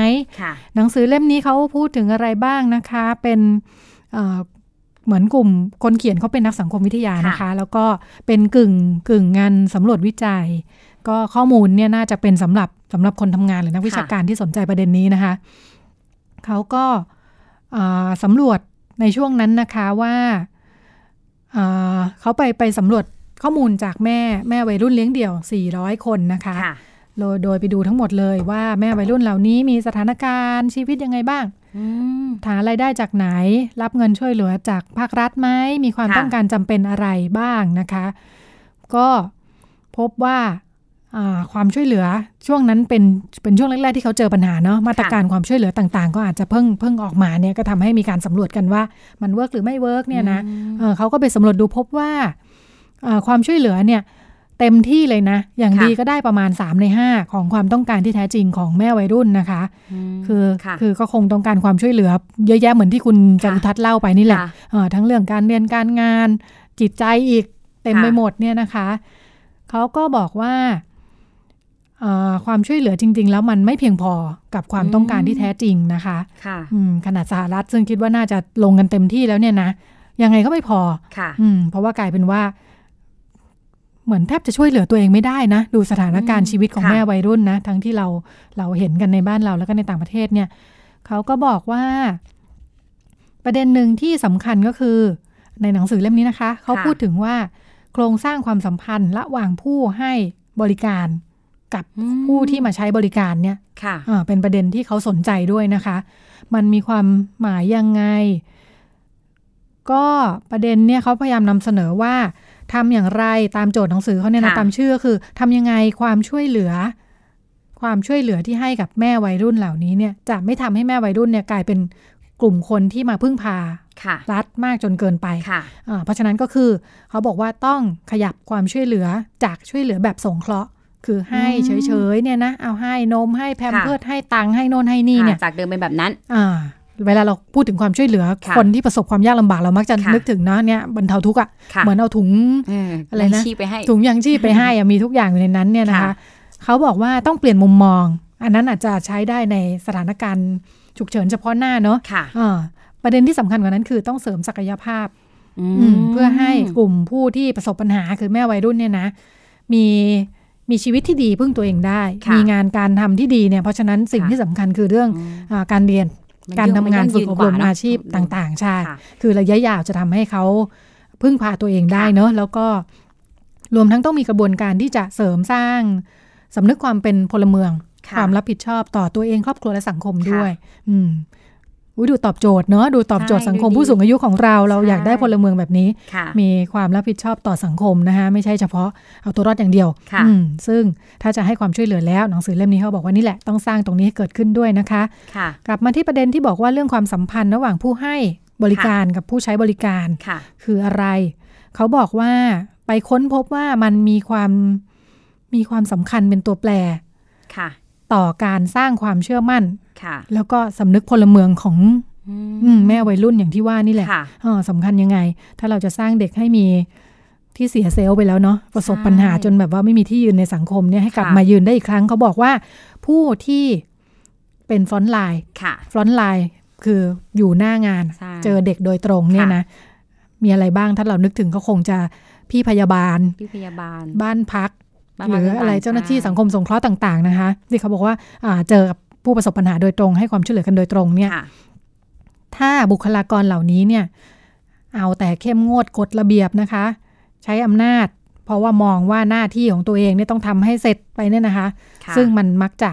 ค่ะ
หนังสือเล่มนี้เขาพูดถึงอะไรบ้างนะคะ เป็นเอ่อเหมือนกลุ่มคนเขียนเขาเป็นนักสังคมวิทยานะคะ
ค่ะ
แล้วก็เป็นกึ่งกึ่งงานสำรวจวิจัย ก็ข้อมูลเนี่ยน่าจะเป็นสำหรับสำหรับคนทำงานหรือนักวิชาการที่สนใจประเด็นนี้นะคะ เขาก็เอ่อสำรวจในช่วงนั้นนะคะว่าเอ่อเขาไปไปสำรวจข้อมูลจากแม่แม่วัยรุ่นเลี้ยงเดี่ยว 400 คนนะคะ
ค่ะ
โดยโดยไปดูทั้งหมดเลยว่าแม่วัยรุ่นเหล่านี้มีสถานการณ์ชีวิตยังไงบ้าง
อืม
หารายได้จากไหน รับเงินช่วยเหลือจากภาครัฐไหม มีความ
ค่ะ
ต้องการจำเป็นอะไรบ้างนะคะ ก็พบว่าอ่าความช่วยเหลือช่วงนั้นเป็นเป็นช่วงแรก ๆ ที่เขาเจอปัญหาเนาะมาตรการความช่วยเหลือต่างๆ ก็อาจจะเพิ่งเพิ่งออกมาเนี่ยก็ทำให้มีการสำรวจกันว่ามันเวิร์กหรือไม่เวิร์กเนี่ยนะ เอ่อเขาก็ไปสำรวจดูพบว่าเอ่อความช่วยเหลือเนี่ยเต็มที่เลยนะ อย่าง
ค่ะ
ดีก็ได้ประมาณ 3 ใน 5 ของความต้องการที่แท้จริงของแม่วัยรุ่นนะคะ
ม
คือ
ค่ะ
อก็คงต้องการความช่วยเหลือ เยอะแยะเหมือนที่คุณจา
ค่ะ
รุทัศน์เล่าไปนี่แหละ
ค่ะ
เอ่อทั้งเรื่องการเรียนการงานจิตใจอีกเต็ม
ค่ะ
ไปหมดเนี่ยนะคะ เขาก็บอกว่าเอ่อความช่วยเหลือจริง ๆ แล้วมันไม่เพียงพอกับความต้องการที่แท้จริงนะคะ
ค่ะ
อืมขนาดสหรัฐซึ่งคิดว่าน่าจะลงกันเต็มที่แล้วเนี่ยนะ ยังไงก็ไม่พอ
ค่ะ
อืม เพราะว่ากลายเป็นว่า เหมือนแทบจะช่วยเหลือตัวเองไม่ได้นะ ดูสถานการณ์
อืม
ชีวิตของ
ค่ะ
แม่วัยรุ่นนะ ทั้งที่เราเราเห็นกันในบ้านเราแล้วก็ในต่างประเทศเนี่ย เขาก็บอกว่า ประเด็นหนึ่งที่สำคัญก็คือ ในหนังสือเล่มนี้นะคะ เขาพูดถึงว่า โครงสร้างความสัมพันธ์ ระหว่างผู้ให้บริการ กับ
อืม
ผู้ที่มาใช้บริการเนี่ย
ค่ะ
อ่าเป็นประเด็นที่เขาสนใจด้วยนะคะ มันมีความหมายยังไง ก็ประเด็นเนี่ยเขาพยายามนำเสนอว่าทำอย่างไรตามโจทย์หนังสือเขาเนี่ยนะ
ค่ะ
ตามชื่อก็คือทำยังไงความช่วยเหลือ ความช่วยเหลือที่ให้กับแม่วัยรุ่นเหล่านี้เนี่ย จะไม่ทำให้แม่วัยรุ่นเนี่ยกลายเป็นกลุ่มคนที่มาพึ่งพา
ค่ะ
รัฐมากจนเกินไป
ค่ะ
อ่าเพราะฉะนั้นก็คือเขาบอกว่าต้องขยับความช่วยเหลือจากช่วยเหลือแบบสงเคราะห์ คือให้
อืม
เฉยๆเนี่ยนะ เอาให้นมให้แพม
ค่ะ
เพิร์ดให้ตังค์ให้โน่นให้นี่เนี่ย
ค่ะจากเดิมเป็นแบบนั้น
อ่า เวลาเราพูดถึงความช่วยเหลือ
ค่ะ
คนที่ประสบความยากลำบากเรามักจะ
ค่ะ
นึกถึงเนาะเนี่ยบรรเทาทุกข์อ่ะ
ค่ะ
เหมือนเอาถุง
ม
อะไรนะ
ชีพไปให้
ถุงยางชีพไปให้อะมีทุกอย่างอยู่ในนั้นเนี่ยนะคะ
ค่ะ
เขาบอกว่าต้องเปลี่ยนมุมมอง อันนั้นอาจจะใช้ได้ในสถานการณ์ฉุกเฉินเฉพาะหน้าเนาะ
ค่ะ
อ่าประเด็นที่สำคัญกว่านั้นคือต้องเสริมศักยภาพ
อื
อืมเพื่อให้กลุ่มผู้ที่ประสบปัญหาคือแม่วัยรุ่นเนี่ยนะ มีมีชีวิตที่ดีพึ่งตัวเองได้
ค่ะ
มีงานการทำที่ดีเนี่ยเพราะฉะนั้นสิ่ง
ค่ะ
ที่สำคัญคือเรื่อง
อืม
อาการเรียน
มัน
การทำงาน
ยั่
ฝึก
ยื
อบ
ว่
รม
เนะ
อาชีพต่างๆใช่
ค่ะ
คือระยะยาวจะทำให้เขาพึ่งพาตัวเองได้เนอะแล้วก็รวมทั้งต้องมีกระบวนการที่จะเสริมสร้างสำนึกความเป็นพลเมือง
ค่ะ
ความรับผิดชอบต่อตัวเองครอบครัวและสังคม
ค่ะ
ด้วย อืมอุ๊ยดูตอบโจทย์เนอะดูตอบโจทย์
ใช่
สังคม
ดูดี
ผู้สูงอายุของเรา เรา
ใช่
อยากได้พลเมืองแบบนี้
ค่ะ
มีความรับผิดชอบต่อสังคมนะคะไม่ใช่เฉพาะเอาตัวรอดอย่างเดียว
ค่ะ
อืมซึ่งถ้าจะให้ความช่วยเหลือแล้วหนังสือเล่มนี้เขาบอกว่านี่แหละต้องสร้างตรงนี้ให้เกิดขึ้นด้วยนะคะ
ค่ะ
กลับมาที่ประเด็นที่บอกว่าเรื่องความสัมพันธ์ระหว่างผู้ให้บริการกับผู้ใช้บริการ
ค่ะ
คืออะไร เขาบอกว่าไปค้นพบว่ามันมีความมีความสำคัญเป็นตัวแปร
ค่ะ
ต่อการสร้างความเชื่อมั่น
ค่ะ
แล้วก็สำนึกพลเมืองของ
อื
อืมแม่วัยรุ่นอย่างที่ว่านี่แหละ
ค่ะ
เออสำคัญยังไง ถ้าเราจะสร้างเด็กให้มีที่เสียเซลล์ไปแล้วเนาะประสบ
ใช่
ปัญหาจนแบบว่าไม่มีที่ยืนในสังคมเนี่ยให้กลับ
ค่ะ
มายืนได้อีกครั้งเขาบอกว่าผู้ที่เป็นฟรอนต์ไลน์
ค่ะ
ฟรอนต์ไลน์คืออยู่หน้างาน
ใช่
เจอเด็กโดยตรงเนี่ยนะ มีอะไรบ้างถ้าเรานึกถึงก็คงจะพี่พยาบาล
พี่พยาบาล
บ้านพัก
บ้าน
หรือ
พัก
อะไรเจ้าหน้าที่
ใช่
สังคมสงเคราะห์ต่าง ๆ นะคะที่เขาบอกว่าอ่าเจอกับผู้ประสบปัญหาโดยตรง ให้ความช่วยเหลือกันโดยตรงเนี่ย
ค่ะ
ถ้าบุคลากรเหล่านี้เนี่ย เอาแต่เข้มงวดกฎระเบียบนะคะ ใช้อำนาจ เพราะว่ามองว่าหน้าที่ของตัวเองเนี่ยต้องทำให้เสร็จไปเนี่ยนะคะ
ค่ะ
ซึ่งมันมักจะ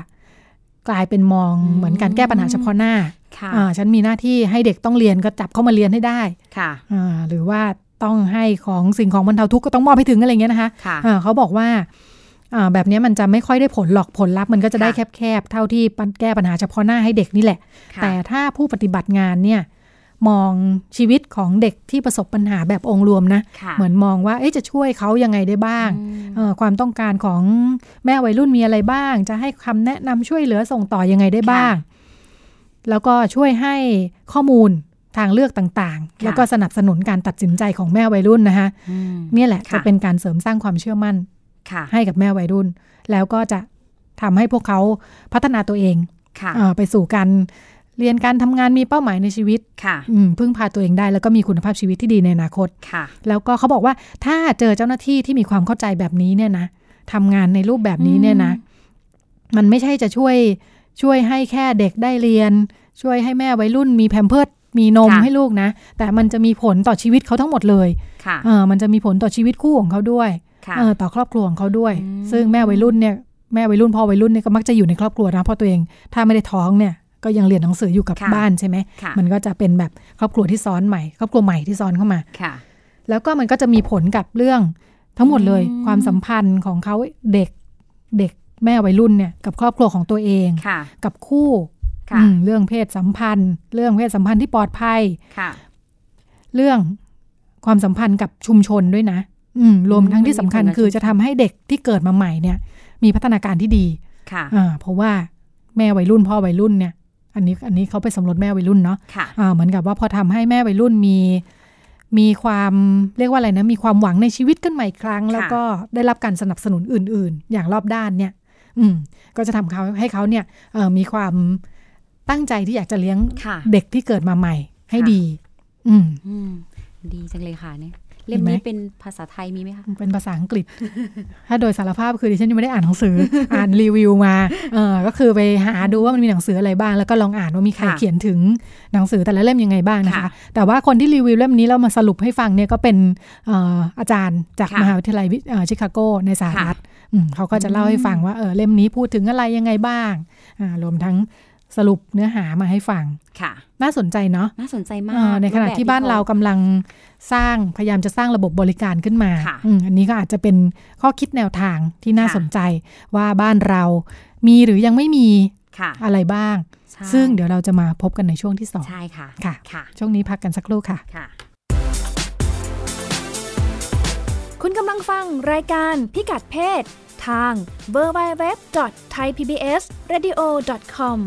กลายเป็นมอง
อืม
เหมือนการแก้ปัญหาเฉพาะหน้า
ค่ะ
อ่าฉันมีหน้าที่ให้เด็กต้องเรียนก็จับเข้ามาเรียนให้ได้
ค่ะ
อ่าหรือว่าต้องให้ของสิ่งของบรรเทาทุกข์ก็ต้องมอบให้ถึงอะไรเงี้ยนะคะ
ค่ะ
อ่าเขาบอกว่าอ่าแบบเนี้ยมันจะไม่ค่อยได้ผลหรอกผลลัพธ์มันก็จะได้
ค่ะ
แคบๆเท่าที่ปัญแก้ปัญหาเฉพาะหน้าให้เด็กนี่แหละ
ค่ะ
แต่ถ้าผู้ปฏิบัติงานเนี่ยมองชีวิตของเด็กที่ประสบปัญหาแบบองค์รวมนะ
ค่ะ
เหมือนมองว่าเอ๊ะจะช่วยเขายังไงได้บ้าง
อืม
เอ่อความต้องการของแม่วัยรุ่นมีอะไรบ้าง จะให้คำแนะนำช่วยเหลือส่งต่อยังไงได้บ้าง แล้วก็ช่วยให้ข้อมูลทางเลือกต่างๆ
ค่ะ
แล้วก็สนับสนุนการตัดสินใจของแม่วัยรุ่นนะคะ
อืม
เนี่ยแหละ
ค่ะ
จะเป็นการเสริมสร้างความเชื่อมั่น
ค่ะ
ให้กับแม่วัยรุ่น แล้วก็จะทำให้พวกเขาพัฒนาตัวเอง
ค่ะ
อาไปสู่การเรียนการทำงานมีเป้าหมายในชีวิต
ค่ะ
อืมพึ่งพาตัวเองได้ แล้วก็มีคุณภาพชีวิตที่ดีในอนาคต
ค่ะ
แล้วก็เขาบอกว่าถ้าเจอเจ้าหน้าที่ที่มีความเข้าใจแบบนี้เนี่ยนะทำงานในรูปแบบนี้เนี่ยนะ มันไม่ใช่จะช่วยช่วยให้แค่เด็กได้เรียน ช่วยให้แม่วัยรุ่นมีแพมเพิร์ดมีนม
ค่ะ
ให้ลูกนะ แต่มันจะมีผลต่อชีวิตเขาทั้งหมดเลย
ค่ะ
เออมันจะมีผลต่อชีวิตคู่ของเขาด้วย
ค่ะ
เออต่อครอบครัวของเขาด้วย
อืม
ซึ่งแม่วัยรุ่นเนี่ยแม่วัยรุ่นพ่อวัยรุ่นเนี่ยก็มักจะอยู่ในครอบครัวนะเพราะตัวเองถ้าไม่ได้ท้องเนี่ยก็ยังเรียนหนังสืออยู่กับบ้านใช่ไหม
ค่ะ
มันก็จะเป็นแบบครอบครัวที่ซ้อนใหม่ครอบครัวใหม่ที่ซ้อนเข้ามา
ค่ะ
แล้วก็มันก็จะมีผลกับเรื่องทั้งหมดเลย
อืม
ความสัมพันธ์ของเขาเด็กเด็กแม่วัยรุ่นเนี่ยกับครอบครัวของตัวเอง
ค่ะ
กับคู่
ค่ะ
อืมเรื่องเพศสัมพันธ์ เรื่องเพศสัมพันธ์ที่ปลอดภัย
ค่ะ
เรื่องความสัมพันธ์กับชุมชนด้วยนะอืมรวมทั้งที่สำคัญคือจะทำให้เด็กที่เกิดมาใหม่เนี่ย มีพัฒนาการที่ดี
ค่ะ
อ่าเพราะว่าแม่วัยรุ่นพ่อวัยรุ่นเนี่ย อันนี้อันนี้เขาไปสำรวจแม่วัยรุ่นเนาะ
ค่ะ
อ่าเหมือนกับว่าพอทำให้แม่วัยรุ่นมีมีความเรียกว่าอะไรนะ มีความหวังในชีวิตขึ้นมาอีกครั้ง แล้วก็ได้รับการสนับสนุนอื่น ๆ อย่างรอบด้านเนี่ย อืม ก็จะทำเขาให้เขาเนี่ยเอ่อมีความตั้งใจที่อยากจะเลี้ยง
ค่ะ
เด็กที่เกิดมาใหม่ ให้
ค่ะ
ดี อืม
อืม ดีจังเลยค่ะเนี่ย
ดีไหม
เล่มนี้เป็นภาษาไทยมีไหมคะ
เป็นภาษาอังกฤษ ถ้าโดยสารภาพคือดิฉันยังไม่ได้อ่านหนังสือ อ่านรีวิวมาเออก็คือไปหาดูว่ามันมีหนังสืออะไรบ้าง แล้วก็ลองอ่านว่ามีใคร
ค่ะ
เขียนถึงหนังสือแต่ละเล่มยังไงบ้างนะคะ
ค่ะ
แต่ว่าคนที่รีวิวเล่มนี้แล้วมาสรุปให้ฟังเนี่ยก็เป็นเอ่ออาจารย์จาก
ค่ะ
มหาวิทยาลัยวิเอ่อชิคาโกในสหรัฐอืมเขาก็จะเล่าให้ฟังว่าเออเล่มนี้พูดถึงอะไรยังไงบ้างอ่ารวมทั้งสรุปเนื้อหามาให้ฟัง
ค่ะ
น่าสนใจเนาะ
น่าสนใจมา
เอ่อก ในขณะ
ปแบบ
ที่บ้านเรา
ข
กำลังสร้างพยายามจะสร้างระบบบริการขึ้นมา
ค่ะ
อืมอันนี้ก็อาจจะเป็นข้อคิดแนวทางที่น่า
ค่ะ
สนใจว่าบ้านเรามีหรือยังไม่มี
ค่ะ
อะไรบ้าง
ใช่
ซึ่งเดี๋ยวเราจะมาพบกันในช่วงที่สอง
ใช่ค่ะ
ค่ะ
ค่ะ
ช่วงนี้พักกันสักครู่ค่ะ
ค่ะ
คุณกำลังฟังรายการพิกัดเพศ ทาง www.thaipbsradio.com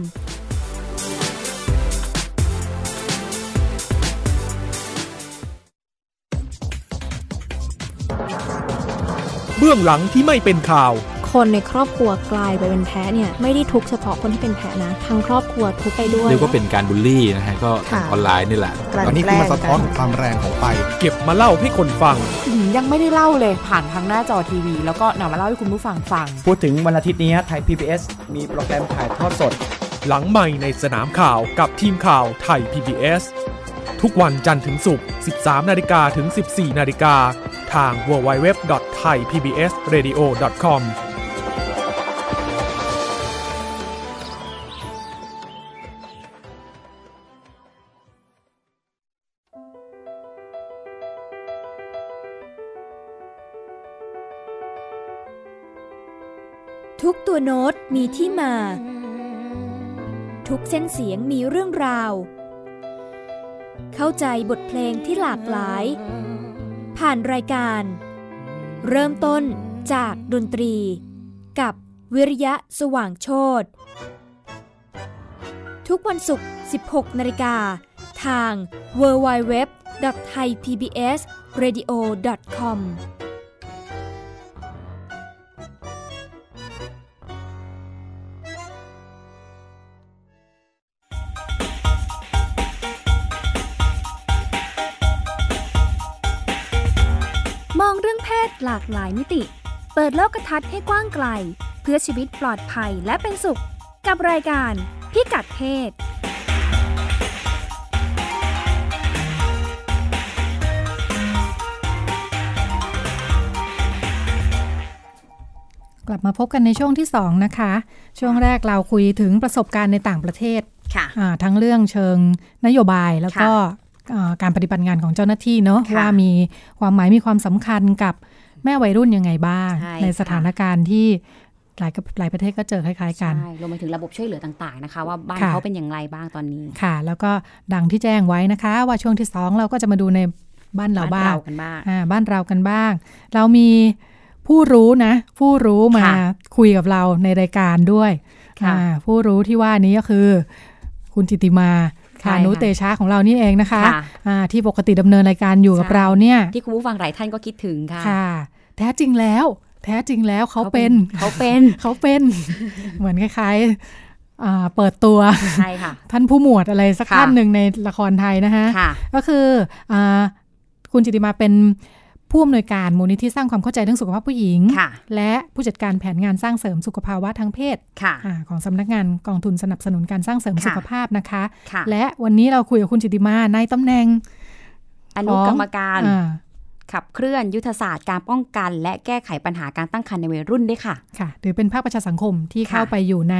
เบื้องหลังที่ไม่เป็นข่าว
คนในครอบครัวกลายไปเป็นแพ้เนี่ยไม่ได้ทุกข์เฉพาะคนที่เป็นแพ้นะ ทั้งครอบครัวทุกข์ไปด้วย
เรียกว่าเป็นการบูลลี่นะฮะก็ทางออนไลน์นี่แหละ
ตอนนี้คือมันสะท้อนของความแรงของไฟ
เก็บมาเล่าให้คนฟัง
อืมยังไม่ได้เล่าเลยผ่านทางหน้าจอทีวี แล้วก็นำมาเล่าให้คุณผู้ฟังฟัง
พูดถึงวันอาทิตย์นี้ฮะไทย PBS มีโปรแกรมถ่ายทอดสด
หลังใหม่ในสนามข่าวกับทีมข่าวไทย PBS ทุกวันจันทร์ถึงศุกร์ 13 นาฬิกาถึง 14 นาฬิกา ทาง www.thaipbsradio.com
ทุกตัวโน้ตมีที่มา ทุกเส้นเสียงมีเรื่องราว เข้าใจบทเพลงที่หลากหลาย ผ่านรายการ เริ่มต้นจากดนตรี กับวิริยะสว่างโชตทุกวันศุกร์ 16 นาฬิกา ทาง www.thaipbsradio.com มองเรื่องเพศหลากหลายมิติ เปิดโลกทัศน์ให้กว้างไกล เพื่อชีวิตปลอดภัยและเป็นสุข กับรายการพิกัดเพศ
กลับมาพบกันในช่วงที่ 2 นะคะ ช่วงแรกเราคุยถึงประสบการณ์ในต่างประเทศ
ค่ะ
อ่าทั้งเรื่องเชิงนโยบายแล้วก็อ่าการปฏิบัติงานของเจ้าหน้าที่เนอะ
ค่ะ
ว่ามีความหมายมีความสำคัญกับแม่วัยรุ่นยังไงบ้าง
ใช่
ใน
ค่ะ
สถานการณ์ที่หลายกับหลายประเทศก็เจอคล้าย ๆ กัน
ใช่รวมไปถึงระบบช่วยเหลือต่างๆนะคะ ว่าบ้าน
ค่ะ
เขาเป็นอย่างไรบ้างตอนนี้
ค่ะ แล้วก็ดังที่แจ้งไว้นะคะ ว่าช่วงที่ 2 เราก็จะมาดูในบ้านเราบ้าง
เรากันบ้าง
อ่าบ้านเรากันบ้าง เรามีผู้รู้นะ ผู้รู้มา
ค่ะ
คุยกับเราในรายการด้วย
ค่ะ
อ่าผู้รู้ที่ว่านี้ก็คือ คุณจิติมา
ใช่
คานุ
ค่ะ
เตชะของเรานี่เองนะคะ
ค่ะ
อ่าที่ปกติดำเนินรายการอยู่กับ
ใช่
เราเนี่ย
ที่คุณผู้ฟังหลายท่านก็คิดถึงค่ะ
ค่ะ แท้จริงแล้ว แท้จริงแล้วเขาเป็น
เขาเป็น
เขาเป็น เหมือนคล้ายๆอ่าเปิดตัว
ใช่ค่ะ
ท่านผู้หมวดอะไรสัก
ค่ะ
ท่านหนึ่งในละครไทยนะคะ
ค่ะ
ก็คืออาคุณจิติมาเป็นผู้อำนวยการมูลนิธิสร้างความเข้าใจเรื่องสุขภาพผู้หญิง
ค่ะ
และผู้จัดการแผนงานสร้างเสริมสุขภาวะทางเพศ
ค่ะ
อ่าของสำนักงานกองทุนสนับสนุนการสร้างเสริม
ค่ะ
สุขภาพนะคะ
ค่ะ
และวันนี้เราคุยกับคุณจิติมาในตำแหน่ง
อนุกรรมการ
อ่า
ขับเคลื่อนยุทธศาสตร์การป้องกัน และแก้ไขปัญหาการตั้งครรภ์ในวัยรุ่นด้วยค่ะ
ค่ะถือเป็นภาคประชาสังคมที่
ค่ะ
เข้าไปอยู่ใน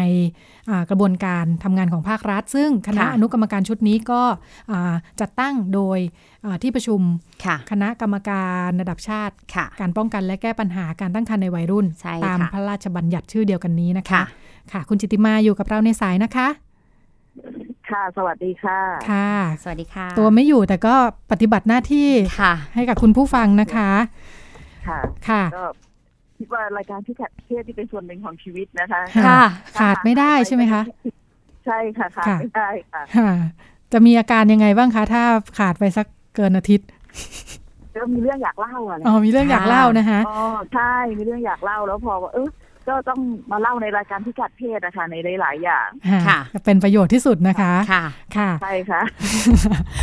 อ่ากระบวนการทำงานของภาครัฐ ซึ่งคณะ
ค่ะ
อนุกรรมการชุดนี้ก็อ่าจัดตั้งโดยอ่าที่ประชุม
ค่ะ
คณะกรรมการระดับชาติ
ค่ะ
การป้องกันและแก้ปัญหาการตั้งครรภ์ในวัยรุ่น
ใช่ค่ะ
ตามพระราชบัญญัติชื่อเดียวกันนี้นะคะ
ค่ะ
ค่ะ คุณจิติมาอยู่กับเราในสายนะคะ
ค่ะ สวัสดีค่ะ
ค่ะ
สวัสดีค่ะ
ตัวไม่อยู่แต่ก็ปฏิบัติหน้าที่
ค่ะ
ให้กับคุณผู้ฟังนะคะ
ค่ะ
ค่ะ
ก็คิดว่ารายการที่แคทเทียที่เป็นส่วนหนึ่งของชีวิตนะคะ
ค่ะขา
ค่ะ
ดไม่ได้ใช่ไหมคะ
ใช่ค่ะค่ะ
ค่ะ
ไม่ได้ค่ะ
ค่ะ จะมีอาการยังไงบ้างคะ ถ้าขาดไปสักเกินอาทิตย์
ก็มีเรื่องอยากเล่าอะนะ
อ๋อ มีเรื่องอยากเล่านะคะ
อ๋อใช่ มีเรื่องอยากเล่าแล้วพอว่าเออก็ต้องมาเล่าในรายการพิกัดเพศนะคะในหลายๆอย่าง
ค่ะ
เป็นประโยชน์ที่สุดนะคะ
ค่ะ
ค่ะ
ใช่ค่ะ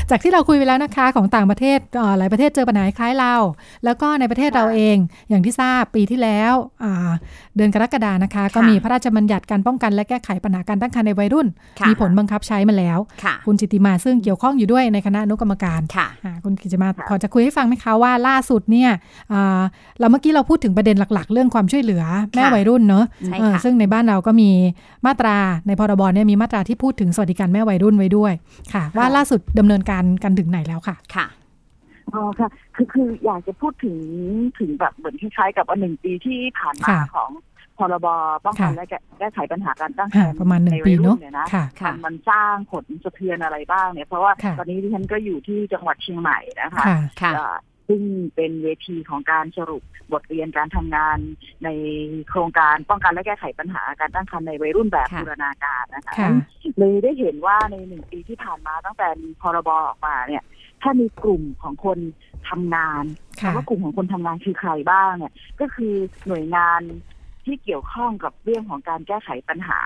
จากที่เราคุยไปแล้วนะคะของต่างประเทศเอ่อหลายประเทศเจอปัญหาคล้ายเรา แล้วก็ในประเทศเราเอง อย่างที่ทราบปีที่แล้วอ่าเดือนกรกฎานะคะ ก็มีพระราชบัญญัติการป้องกันและแก้ไขปัญหาการตั้งครรภ์ในวัยรุ่น
ค่ะ
มีผลบังคับใช้มาแล้ว
ค่ะ
คุณจิติมาซึ่งเกี่ยวข้องอยู่ด้วยในคณะอนุกรรมการ
ค่ะ
อ่าคุณกิจมาพอจะคุยให้ฟังไหมคะว่าล่าสุดเนี่ยอ่าเราเมื่อกี้เราพูดถึงประเด็นหลักๆ เรื่องความช่วยเหลือแม่
ค่ะ
วัยรุ่นเนอะ
ใช่
เออ
ค่ะ
ซึ่งในบ้านเราก็มีมาตราในพรบเนี่ยมีมาตราที่พูดถึงสวัสดิการแม่วัยรุ่นไว้ด้วยค่ะ ว่าล่าสุดดำเนินการกันถึงไหนแล้วค่ะ
ค่ะ
อ๋อค่ะ คือคืออยากจะพูดถึงถึงแบบเหมือนคล้ายๆกับว่าหนึ่งปีที่ผ่านมา
ค่ะ
ของพรบป้องกัน
ค่ะ
และแก้แก้ไขปัญหาการตั้งคร
ค่ะ
รภ์
ประมาณหนึ่ง
ใวั
ปี
ย
เนาะ
รุ่ยนะ
ค่ะ
ค่ะ
มันสร้างผลสะเทือนอะไรบ้างเนี่ย เพราะว่า
ค่ะ
ตอนนี้ที่ฉันก็อยู่ที่จังหวัดเชียงใหม่นะคะ
ค่ะ
ค่ะ
อ่าซึ่งเป็นเวทีของการสรุปบทเรียนการทำงานในโครงการป้องกันและแก้ไขปัญหาการตั้งครรภ์ในวัยรุ่นแบบ
ค่ะ
บูรณาการนะคะ
ค่ะ
เลยได้เห็นว่าในหนึ่งปีที่ผ่านมาตั้งแต่มีพรบออกมาเนี่ย ถ้ามีกลุ่มของคนทำงาน
ค่ะ
คำว่ากลุ่มของคนทำงานคือใครบ้างเนี่ย ก็คือหน่วยงานที่เกี่ยวข้องกับเรื่องของการแก้ไขปัญหา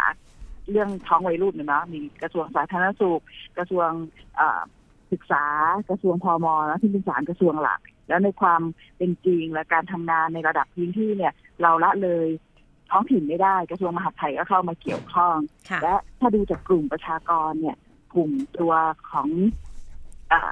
เรื่องท้องวัยรุ่นเนี่ยเนาะมีกระทรวงสาธารณสุข กระทรวงเอ่อศึกษากระทรวงพมนะที่เป็นสามกระทรวงหลัก แล้วในความเป็นจริงและการทำงานในระดับพื้นที่เนี่ย เราละเลยท้องถิ่นไม่ได้ กระทรวงมหาดไทยก็เข้ามาเกี่ยวข้อง
ค่ะ
และถ้าดูจากกลุ่มประชากรเนี่ย กลุ่มตัวของอา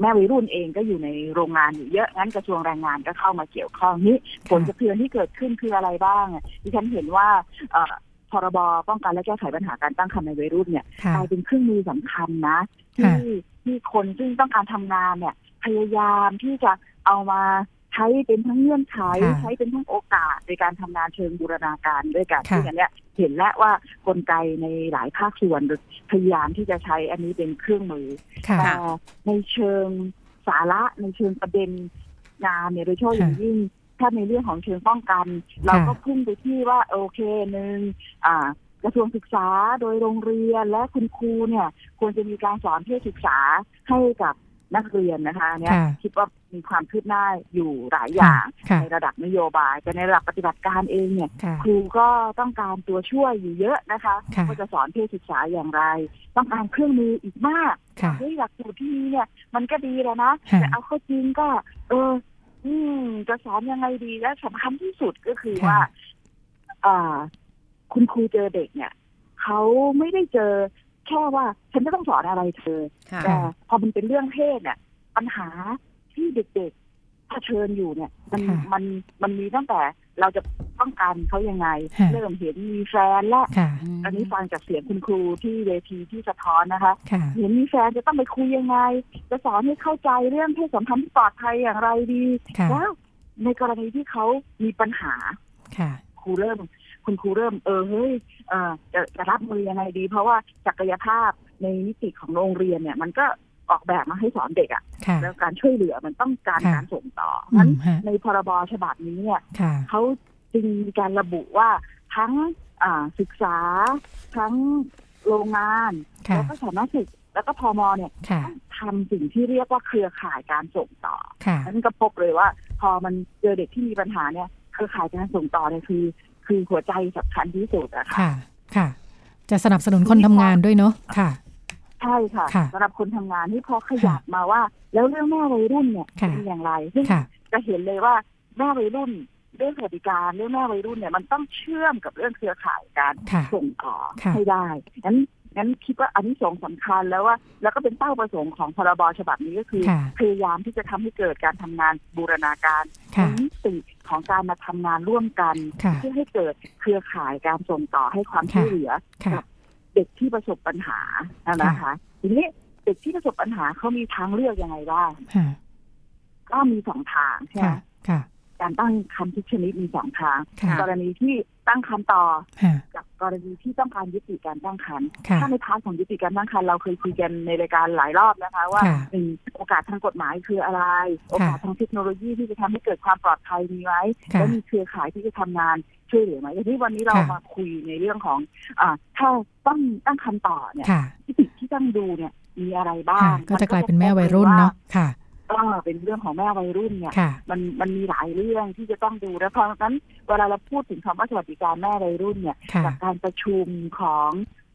แม่วัยรุ่นเองก็อยู่ในโรงงานอยู่เยอะงั้นกระทรวงแรงงานก็เข้ามาเกี่ยวข้องนี้ผลกระเทือนที่เกิดขึ้นคืออะไรบ้างอะดิฉันเห็นว่าเอ่อพรบป้องกันและแก้ไขปัญหาการตั้งครรภ์ในวัยรุ่นเนี่ย
ค่ะ
กลายเป็นเครื่องมือสำคัญนะ
ค่ะ
ที่ที่คนซึ่งต้องการทำงานเนี่ย พยายามที่จะเอามาใช้เป็นทั้งเงื่อนไข
ค่ะ
ใช้เป็นทั้งโอกาสในการทำงานเชิงบูรณาการด้วยกัน
ค่ะ
ที่อันเนี้ยเห็นแล้วว่ากลไกในหลายภาคส่วนพยายามที่จะใช้อันนี้เป็นเครื่องมือ
ค่ะ
แต่ในเชิงสาระในเชิงประเด็นงานเนี่ยโดยเฉพาะอย่างยิ่ง ถ้าในเรื่องของเชิงป้องกัน เราก็พุ่งไปที่ว่าโอเคหนึ่งอ่ากระทรวงศึกษาโดยโรงเรียนและคุณครูเนี่ย ควรจะมีการสอนเพศศึกษาให้กับนักเรียนนะคะเนี่ย
ค่ะ
คิดว่ามีความคืบหน้าอยู่หลายอย่าง
ค่ะ
ในระดับนโยบาย แต่ในระดับปฏิบัติการเองเนี่ย
ค่ะ
ครูก็ต้องการตัวช่วยอยู่เยอะนะคะ
ค่ะ
ว่าจะสอนเพศศึกษาอย่างไร ต้องการเครื่องมืออีกมาก
ค่ะ
เฮ้ยหลักสูตรที่มีเนี่ยมันก็ดีแล้วนะ
ค่ะ
แต่เอาเข้าจริงก็ เออ อืมจะสอนยังไงดีและสำคัญที่สุดก็คือ
ค่ะ
ว่าอ่า คุณครูเจอเด็กเนี่ยเขาไม่ได้เจอแค่ว่า ฉันจะต้องสอนอะไรเธอ
ค่ะ
แต่พอมันเป็นเรื่องเพศเนี่ย ปัญหาที่เด็กๆเผชิญอยู่เนี่ย มัน
ค่ะ
มันมันมีตั้งแต่เราจะป้องกันเขายังไง
ค่ะ
เริ่มเห็นมีแฟนและ
ค่ะ
อันนี้ฟังจากเสียงคุณครูที่เวทีที่สะท้อนนะคะ
ค่ะ
เห็นมีแฟนจะต้องไปคุยยังไง จะสอนให้เข้าใจเรื่องเพศสัมพันธ์ที่ปลอดภัยอย่างไรดี
ค่ะ
แล้วในกรณีที่เขามีปัญหา
ค่ะ
ครูเริ่ม คุณครูเริ่มเออเฮ้ยเออจะจะรับมือยังไงดี เพราะว่าศักยภาพในมิติของโรงเรียนเนี่ย มันก็ออกแบบมาให้สอนเด็กอะ
ค่ะ
แล้วการช่วยเหลือมันต้องการ
ค่ะ
การส่งต่อ
อื
นั้น
มฮะ
ในพรบฉบับนี้เนี่ย
ค่ะ
เขาจึงมีการระบุว่าทั้งอ่าศึกษา ทั้งโรงงาน
ค่ะ
แล้วก็สาธารณสุขแล้วก็พมเนี่ย
ค่ะ
ต้องทำสิ่งที่เรียกว่าเครือข่ายการส่งต่อ
ค่ะ
นั้นก็พบเลยว่า พอมันเจอเด็กที่มีปัญหาเนี่ย เครือข่ายการส่งต่อเนี่ยคือ คือหัวใจสำคัญที่สุดอะค่ะ
ค่ะ ค่ะ จะสนับสนุนคนทำงานด้วยเนาะ ค่ะ
ใช่ค่ะ
ค่ะ
สำหรับคนทำงานที่พอขยับมาว่า แล้วเรื่องแม่วัยรุ่นเนี่ย
ค่ะ
เป็นอย่างไรซึ่ง
ค่ะ
จะเห็นเลยว่าแม่วัยรุ่น เรื่องสวัสดิการเรื่องแม่วัยรุ่นเนี่ยมันต้องเชื่อมกับเรื่องเครือข่ายการ
ค่ะ
ส่งต่อ
ค่ะ
ให้ได้งั้นงั้นคิดว่าอันนี้สงส์สำคัญแล้วว่า แล้วก็เป็นเป้าประสงค์ของพรบฉบับนี้ก็คือ
ค่ะ
พยายามที่จะทำให้เกิดการทำงานบูรณาการ
ค่ะ
มิติของการมาทำงานร่วมกัน
ค่ะ
เพื่อให้เกิดเครือข่ายการส่งต่อให้ความช่วยเหลือ
ค่ะ
กับเด็กที่ประสบปัญหานะคะ ทีนี้เด็กที่ประสบปัญหาเขามีทางเลือกยังไงบ้าง
ค่ะ
ก็มีสองทางใช่ไหม
ค่ะ ค่ะ
การตั้งครรภ์ทุกชนิดมีสองทาง
ค่ะ
กรณีที่ตั้งครรภ์ต่อ
ค่ะ
กับกรณีที่ต้องการยุติการตั้งครรภ์
ค่ะ
ถ้าในพาร์ทของยุติการตั้งครรภ์เราเคยคุยกันในรายการหลายรอบนะคะ ว่า
ค่ะ
หนึ่งโอกาสทางกฎหมายคืออะไร โอกาสทางเทคโนโลยีที่จะทำให้เกิดความปลอดภัยมีไหม
ค่ะ
และมีเครือข่ายที่จะทำงานช่วยเหลือไหมทีนี้วันนี้เรา
ค่ะ
มาคุยในเรื่องของอาถ้าตั้งตั้งคำต่อเนี่ย
ค่ะ
ที่ติที่ตั้งดูเนี่ยมีอะไรบ้า
ค่ะ
ง
ก็จะกลายเป็นแม่วัยรุ่นเนาะ ค่ะ
ก็เป็นเรื่องของแม่วัยรุ่นเนี่ย
ค่ะ
มันมันมีหลายเรื่องที่จะต้องดูแล้วเพราะฉะนั้นเวลาเราพูดถึงคำว่าสวัสดิการแม่วัยรุ่นเนี่ย
ค่ะ
จากการประชุมของ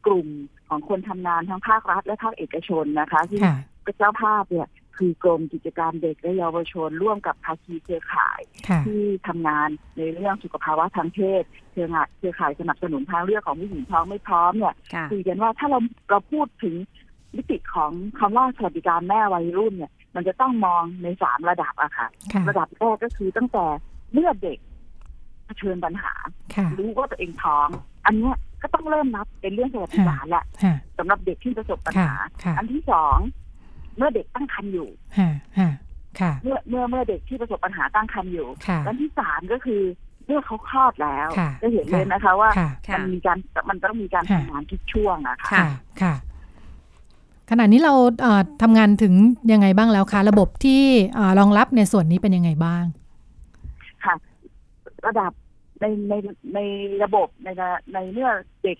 กลุ่มของคนทำงานทั้งภาครัฐและภาคเอกชนนะคะ ที่
ค่ะ
เจ้าภาพเนี่ยคือกรมกิจการเด็กและเยาวชน ร่วมกับภาคีเครือข่าย
ค่ะ
ที่ทำงานในเรื่องสุขภาวะทางเพศเครือข่ายเครือข่ายสนับสนุนทางเลือกของผู้หญิงท้องไม่พร้อมเนี่ย
ค่ะ
คุยกันว่าถ้าเราเราพูดถึงมิติของคำว่าสวัสดิการแม่วัยรุ่นเนี่ย มันจะต้องมองในสามระดับอะค่ะ
ค่ะ
ระดับแรกก็คือตั้งแต่เมื่อเด็กเผชิญปัญหา
ค่ะ
รู้ว่าตัวเองท้อง อันเนี้ยก็ต้องเริ่มนับเป็นเรื่องสวัสดิการแหละ
ค่ะ
สำหรับเด็กที่ประสบปัญ
ค่ะ
หา
ค่ะ
อันที่สองเมื่อเด็กตั้งครรภ์อยู่
ค่ะ ค่ะ ค่ะ
เมื่อเมื่อเมื่อเด็กที่ประสบปัญหาตั้งครรภ์อยู่
ค่ะ
อันที่สามก็คือเมื่อเขาคลอดแล้ว
ค่ะ
จะเห็นเลย
ค่ะ
นะคะว่า
ค่ะ
ค่ะ
มันมีการมันต้องมีการ
ค่ะ
ทำงานทุกช่วงอะค่ะ
ค่ะ ค่ะ ขณะนี้เราเอ่อทำงานถึงยังไงบ้างแล้วคะ ระบบที่เอ่อรองรับในส่วนนี้เป็นยังไงบ้าง
ค่ะระดับในในในระบบในในเมื่อเด็ก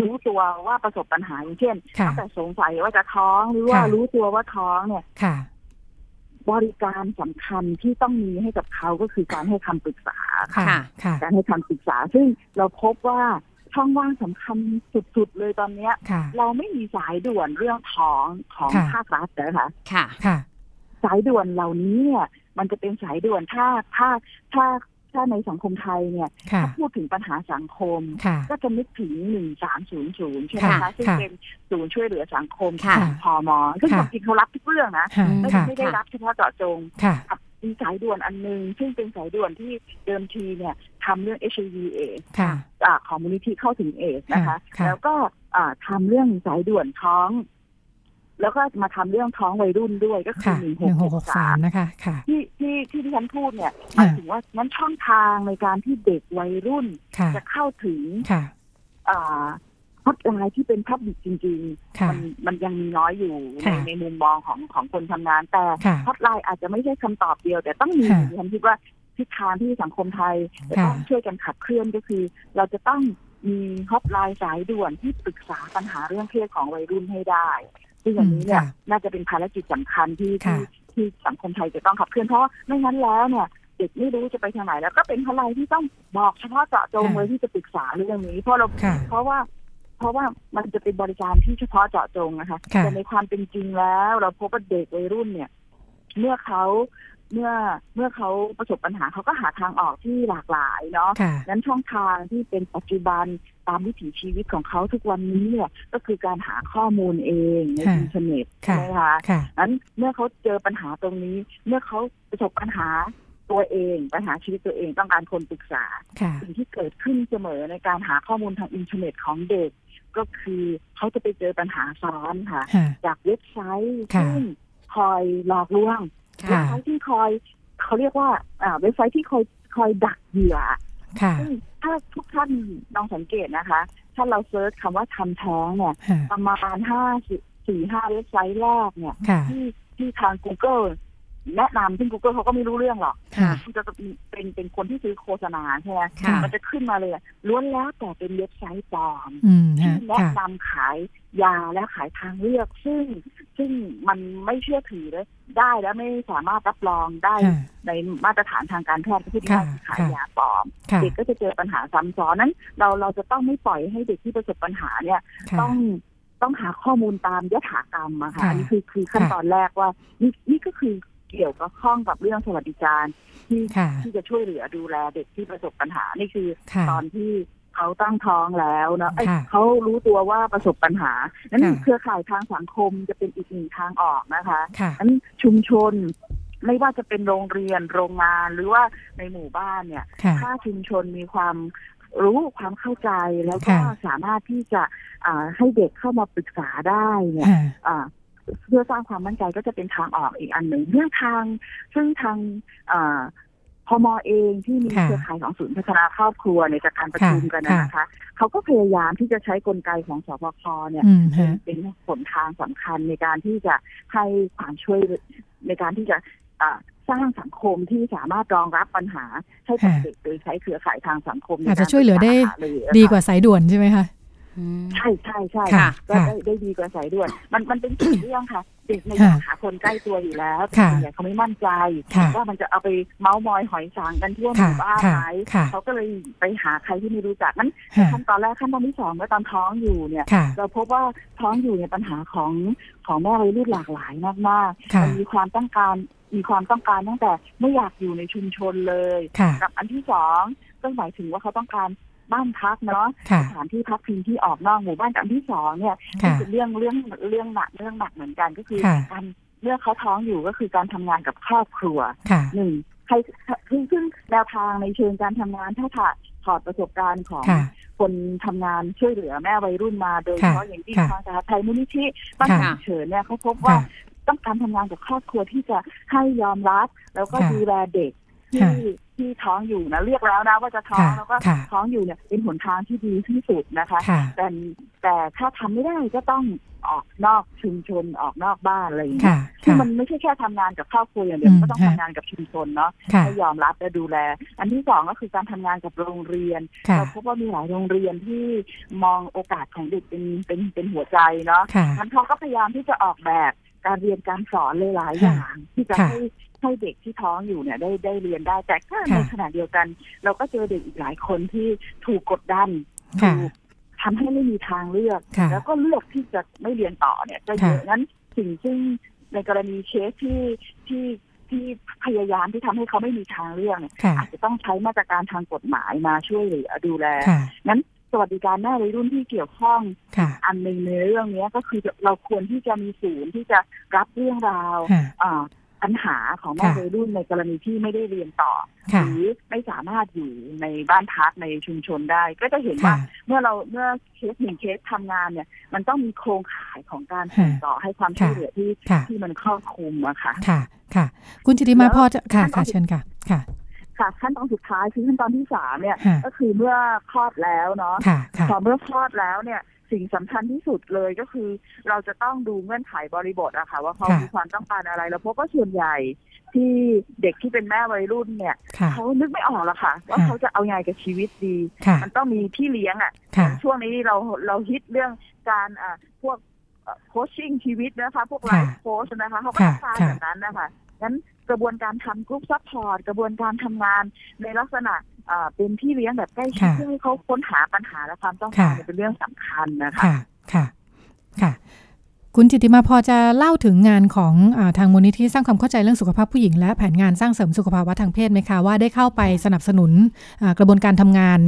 รู้ตัวว่าประสบปัญหาอย่างเช่น
ค่ะ
ตั้งแต่สงสัยว่าจะท้องหรือว่า
ค่ะ
รู้ตัวว่าท้องเนี่ย
ค่ะ
บริการสำคัญที่ต้องมีให้กับเขาก็คือการให้คำปรึกษา
ค่ะ
ค่ะ
ค่ะ
การให้คำปรึกษา ซึ่งเราพบว่าช่องว่างสำคัญสุดๆ เลยตอนเนี้ย
ค่ะ
เราไม่มีสายด่วนเรื่องท้องของ
ค่ะ
ภาครัฐนะคะ
ค่ะ
ค่ะ
สายด่วนเหล่านี้เนี่ยมันจะเป็นสายด่วนถ้าถ้าถ้าถ้าในสังคมไทยเนี่ย
ค่ะ
ถ้าพูดถึงปัญหาสังคม
ค่ะ
ก็จะนึกถึง 1300 ใช่ไหม
ค่ะ
คะ ซึ่ง
ค่ะ
เป็นศูนย์ช่วยเหลือสังคม
ค่ะ
ของพมซึ่งค
ค่ะ
วามจริงเขารับทุกเรื่องนะ
ค่ะ
ไม่
ค่ะ
ไม่ได้รับเฉพาะเจาะจง
ค่ะ
กับมีสายด่วนอันหนึง ซึ่งเป็นสายด่วนที่เดิมทีเนี่ยทำเรื่อง HIV เอด
ค่ะ
อ่าของมูลนิธิเข้าถึงเอดส์นะคะ
ค่ะค่ะ
แล้วก็อ่าทำเรื่องสายด่วนท้อง แล้วก็มาทำเรื่องท้องวัยรุ่นด้วยก็คือ
ค่ะ
หนึ่ง
หนึ่งห
ห
กห
กห
ก
ก
สา
สาม ม
นะคะ ค่ะ
ที่ที่ที่ที่ฉันพูดเนี่ย
ค่ะ
หมายถึงว่านั้นช่องทางในการที่เด็กวัยรุ่น
ค่ะ
จะเข้าถึง
ค่ะ
อ่าฮอตไลน์ที่เป็นพับบิกจริง ๆ
ค่ะ
มันมันยังมีน้อยอยู่ใน
ค่ะ
ในมุมมองของของคนทำงานแต่
ค่ะ
ฮอตไลน์อาจจะไม่ใช่คำตอบเดียว แต่ต้องมี
ค่ะ
ดิฉันคิดว่าทิศทางที่สังคมไทยจะ
ค่ะ
ต้องช่วยกันขับเคลื่อนก็คือ เราจะต้องมีฮอตไลน์สายด่วนที่ปรึกษาปัญหาเรื่องเพศของวัยรุ่นให้ได้ซึ่งอย่างนี้เนี่ย
ค่ะ
น่าจะเป็นภารกิจสำคัญที่
ค่ะ
ที่ที่สังคมไทยจะต้องขับเคลื่อนเพราะว่าไม่งั้นแล้วเนี่ยเด็กไม่รู้จะไปทางไหนแล้วก็เป็นฮอตไลน์ที่ต้องบอกเฉพาะเจาะจง
ค่ะ
เลยที่จะปรึกษาเรื่องนี้เพราะเรา
ค่ะ
เพราะว่า เพราะว่ามันจะเป็นบริการที่เฉพาะเจาะจงนะคะ
ค่ะ
แต่ในความเป็นจริงแล้ว เราพบว่าเด็กวัยรุ่นเนี่ย เมื่อเขาเมื่อเมื่อเขาประสบปัญหาเขาก็หาทางออกที่หลากหลายเนาะ
ค่ะ
นั้นช่องทางที่เป็นปัจจุบันตามวิถีชีวิตของเขาทุกวันนี้เนี่ยก็คือการหาข้อมูลเองใน
ค่ะ
อินเทอร์เน็ตใช่
ค่ะ
ไหมคะ
ค่ะ
นั้นเมื่อเขาเจอปัญหาตรงนี้ เมื่อเขาประสบปัญหาตัวเอง ปัญหาชีวิตตัวเองต้องการคนปรึกษา
ค่ะ
สิ่งที่เกิดขึ้นเสมอในการหาข้อมูลทางอินเทอร์เน็ตของเด็ก ก็คือเขาจะไปเจอปัญหาซ้อนค่ะ
ค่ะ
จากเว็บไซต์
ค่ะ
ซึ่งคอยหลอกลวงเว็บ
ค่ะ
ไซต์ที่คอยเขาเรียกว่าอ่าเว็บไซต์ที่คอยคอยดักเหยื่อ
ค่ะ
ซึ่งถ้าทุกท่านลองสังเกตนะคะ ถ้าเราเซิร์ชคำว่าทำแท้งเนี่ย
ค่ะ
ประมาณห้าสี่ห้าเว็บไซต์แรกเนี่ย
ค่ะ
ที่ที่ทาง Google แนะนำซึ่ง Google เขาก็ไม่รู้เรื่องหรอก
ค่ะ
มันจะเป็นเป็นคนที่ซื้อโฆษณาใช่ไหม
ค่ะ
มันจะขึ้นมาเลยอะล้วนแล้วแต่เป็นเว็บไซต์ปลอม
อืม
ที่
ฮะ
แนะ
ค่ะ
นำขายยาและขายทางเลือก ซึ่งซึ่งมันไม่เชื่อถือเลยได้และไม่สามารถรับรองได้
ค่ะ
ในมาตรฐานทางการแพทย์ที่ได้
ค่ะ
ขาย
ค่ะ
ยาปลอม
ค่ะ
เด็กก็จะเจอปัญหาซ้ำซ้อนนั้น เราเราจะต้องไม่ปล่อยให้เด็กที่ประสบปัญหาเนี่ย
ค่ะ
ต้องต้องหาข้อมูลตามยถากรรมอะค่ะ
ค่ะ
อันนี้คือคือขั้น
ค่ะ
ตอนแรกว่านี่นี่ก็คือเกี่ยวกับข้องกับเรื่องสวัสดิการที่
ค่ะ
ที่จะช่วยเหลือดูแลเด็กที่ประสบปัญหานี่คือ
ค่ะ
ตอนที่เขาตั้งท้องแล้วเนอะเอ้ย
ค่ะ
เขารู้ตัวว่าประสบปัญหานั้น
ค่ะ
เครือข่ายทางสังคมจะเป็นอีกหนึ่งทางออกนะคะ
ค่ะ
นั้นชุมชนไม่ว่าจะเป็นโรงเรียนโรงงานหรือว่าในหมู่บ้านเนี่ย
ค่ะ
ถ้าชุมชนมีความรู้ความเข้าใจแล้วก็
ค่ะ
สามารถที่จะอ่าให้เด็กเข้ามาปรึกษาได้เนี่ย
ค่ะ
อ่าเพื่อสร้างความมั่นใจก็จะเป็นทางออกอีกอันหนึ่งเรื่องทางซึ่งทางอ่าพมเองที่มี
ค่ะ
เครือข่ายของศูนย์พัฒนาครอบครัวในยจากการประชุม
ค่ะ
กันนะ
ค่ะ
นะคะ เขาก็พยายามที่จะใช้กลไกของสบคเนี่ย
อืมฮะ
เป็นหนทางสำคัญในการที่จะให้ความช่วยเหลือในการที่จะอ่าสร้างสังคมที่สามารถรองรับปัญหาให้กับ
ค่ะ
เด็กโดยใช้เครือข่ายทางสังคมใน
อาจจะ
การ
ช่วยเหลือได้
ศึกษาเยอะค่ะ
ดีกว่าสายด่วนใช่ไหมคะ
อืม
ใช่ใช่ใช่
ค่ะ
ก็
ค่ะ
ได้ได้ดีกว่าสายด่วน มันมันเป็นสิ่งเรื่องค่ะเด็กใน
ค่ะ
หาคนใกล้ตัวอยู่แล้ว
ค่ะ
ส่วนใหญ่เขาไม่มั่นใจ
ค่ะ
ว่ามันจะเอาไปเมาส์มอยหอยสางกันทั่วห
ค่ะ
มู่บ้าน
ค่ะ
ไหม
ค่ะ
เขาก็เลยไปหาใครที่ไม่รู้จักนั้น
ค่ะ
ขั้นตอนแรกขั้นตอนที่สองเมื่อตอนท้องอยู่เนี่ย
ค่ะ
เราพบว่าท้องอยู่ในยปัญหาของของแม่วัยรุ่นหลากหลายมากๆ
ค่ะ
มัมีความต้องการมีความต้องการตั้งแต่ไม่อยากอยู่ในชุมชนเลย
ค่ะ
กับอันที่สองก็หมายถึงว่าเขาต้องการบ้านพักเนาะ
ค่ะ
สถานที่พักพิงที่ออกนอกหมู่บ้านกับอันที่สองเนี่ย
ค่ะ
เป็นเรื่องเรื่องเรื่องหนักเรื่องหนักเหมือนกันก็คือ
ค่ะ
การเมื่อเขาท้องอยู่ก็คือการทำงานกับครอบครัว
ค่ะ
หนึ่งใครคือซึ่งแนวทางในเชิงการทำงานถ้าถอดถอดประสบการณ์ของ
ค่ะ
คนทำงานช่วยเหลือแม่วัยรุ่นมาโดยเฉพาะอย่างที่
ค่ะ
ทางสหไทยมูลนิธิบ้าน
ค่ะ
ฉุกเฉินเนี่ยเขาพบว่า
ค่ะ
ต้องการทำงานกับครอบครัวที่จะให้ยอมรับ แล้วก็
ค่ะ
ดูแลเด็ก
ค่ะ
ที่ ที่ท้องอยู่นะเรียกแล้วนะว่าจะท้อง
ค่ะ
แล้วก็
ค่ะ
ท้องอยู่เนี่ยเป็นหนทางที่ดีที่สุดนะคะ
ค่ะ
แต่แต่ถ้าทำไม่ได้ก็ต้องออกนอกชุมชนออกนอกบ้านอะไรอย่างเงี้ย
ค่ะ
ซึ่งมันไม่ใช่แค่ทำงานกับครอบครัวอย่างเดียว
อืม
ก็ต้อง
ค่ะ
ทำงานกับชุมชนเนาะ
ค่ะ
ให้ยอมรับและดูแล อันที่สองก็คือการทำงานกับโรงเรียน
ค่ะ
เราพบว่ามีหลายโรงเรียนที่มองโอกาสของเด็กเป็นเป็นเป็นหัวใจเนาะ
ค่ะ
มันเขาก็พยายามที่จะออกแบบการเรียนการสอนเลยหลายๆอย่าง ที่จะ
ค่ะ
ให้ให้เด็กที่ท้องอยู่เนี่ยได้ได้เรียนได้ แต่ถ้า
ค่ะ
ในขณะเดียวกัน เราก็เจอเด็กอีกหลายคนที่ถูกกดดัน
ค่ะ
ถูกทำให้ไม่มีทางเลือก
ค่ะ
แล้วก็เลือกที่จะไม่เรียนต่อเนี่ยก็เยอะ
ค่ะ
งั้นสิ่งซึ่งในกรณีเคสที่ที่ที่พยายามที่ทำให้เขาไม่มีทางเลือกเนี่ย
ค่ะ
อาจจะต้องใช้มาตรการทางกฎหมายมาช่วยเหลือดูแล
ค่ะ
นั้นสวัสดิการแม่วัยรุ่นที่เกี่ยวข้อง
ค่ะ
อันหนึ่งในเรื่องเนี้ยก็คือเราควรที่จะมีศูนย์ที่จะรับเรื่องราว
ค่ะ
อ่าปัญหาของแม่
ค่ะ
วัยรุ่นในกรณีที่ไม่ได้เรียนต่อ
ค่ะ
หรือไม่สามารถอยู่ในบ้านพักในชุมชนได้ ก็จะเห็น
ค่ะ
ว่าเมื่อเราเมื่อเคสหนึ่งเคสทำงานเนี่ย มันต้องมีโครงข่ายของการ
ค่ะ
ส่งต่อให้ความช่วยเหลือที่
ค่ะ
ที่มันครอบคลุมอะค่ะ
ค่ะ ค่ะ คุณจิติมา
แล้ว
พอจะค่ะค่ะ
ท่านเอา
เชิญค่ะ ค่ะ
ค่ะขั้นตอนสุดท้ายคือขั้นตอนที่สามเนี่ย
ค่ะ
ก็คือเมื่อคลอดแล้วเนาะ
ค่ะ ค่ะ
พอเมื่อคลอดแล้วเนี่ยสิ่งสำคัญที่สุดเลยก็คือ เราจะต้องดูเงื่อนไขบริบทอะค่ะว่าเขา
ค่ะ
มีความต้องการอะไร แล้วพบว่าส่วนใหญ่ที่เด็กที่เป็นแม่วัยรุ่นเนี่ย
ค่ะ
เขานึกไม่ออกหรอกค่ะ ว่า
ค่ะ
เขาจะเอาไงกับชีวิตดี
ค่ะ
มันต้องมีพี่เลี้ยงอะ
ค่ะ
ช่วงนี้เราเราฮิตเรื่องการอ่าพวกโคชชิ่งชีวิตนะคะพวกไล
ค่ะ
ฟ์โค้ชนะคะเขาก็
ค่ะ
ทำ
ค่ะ
แบบนั้นนะคะงั้นกระบวนการทำกรุ๊ปซัพพอร์ตกระบวนการทำงานในลักษณะอ่าเป็นพี่เลี้ยงแบบใกล้ชิด
ค่ะ
เพื่อให้เขาค้นหาปัญหาและความต้องการ
ค่ะ
เนี่ยเป็นเรื่องสำคัญนะคะ
ค่ะ ค่ะ ค่ะ คุณจิตติมาพอจะเล่าถึงงานของอาทางมูลนิธิสร้างความเข้าใจเรื่องสุขภาพผู้หญิง และแผนงานสร้างเสริมสุขภาวะทางเพศไหมคะ ว่าได้เข้าไปสนับสนุนอ่ากระบวนการทำงาน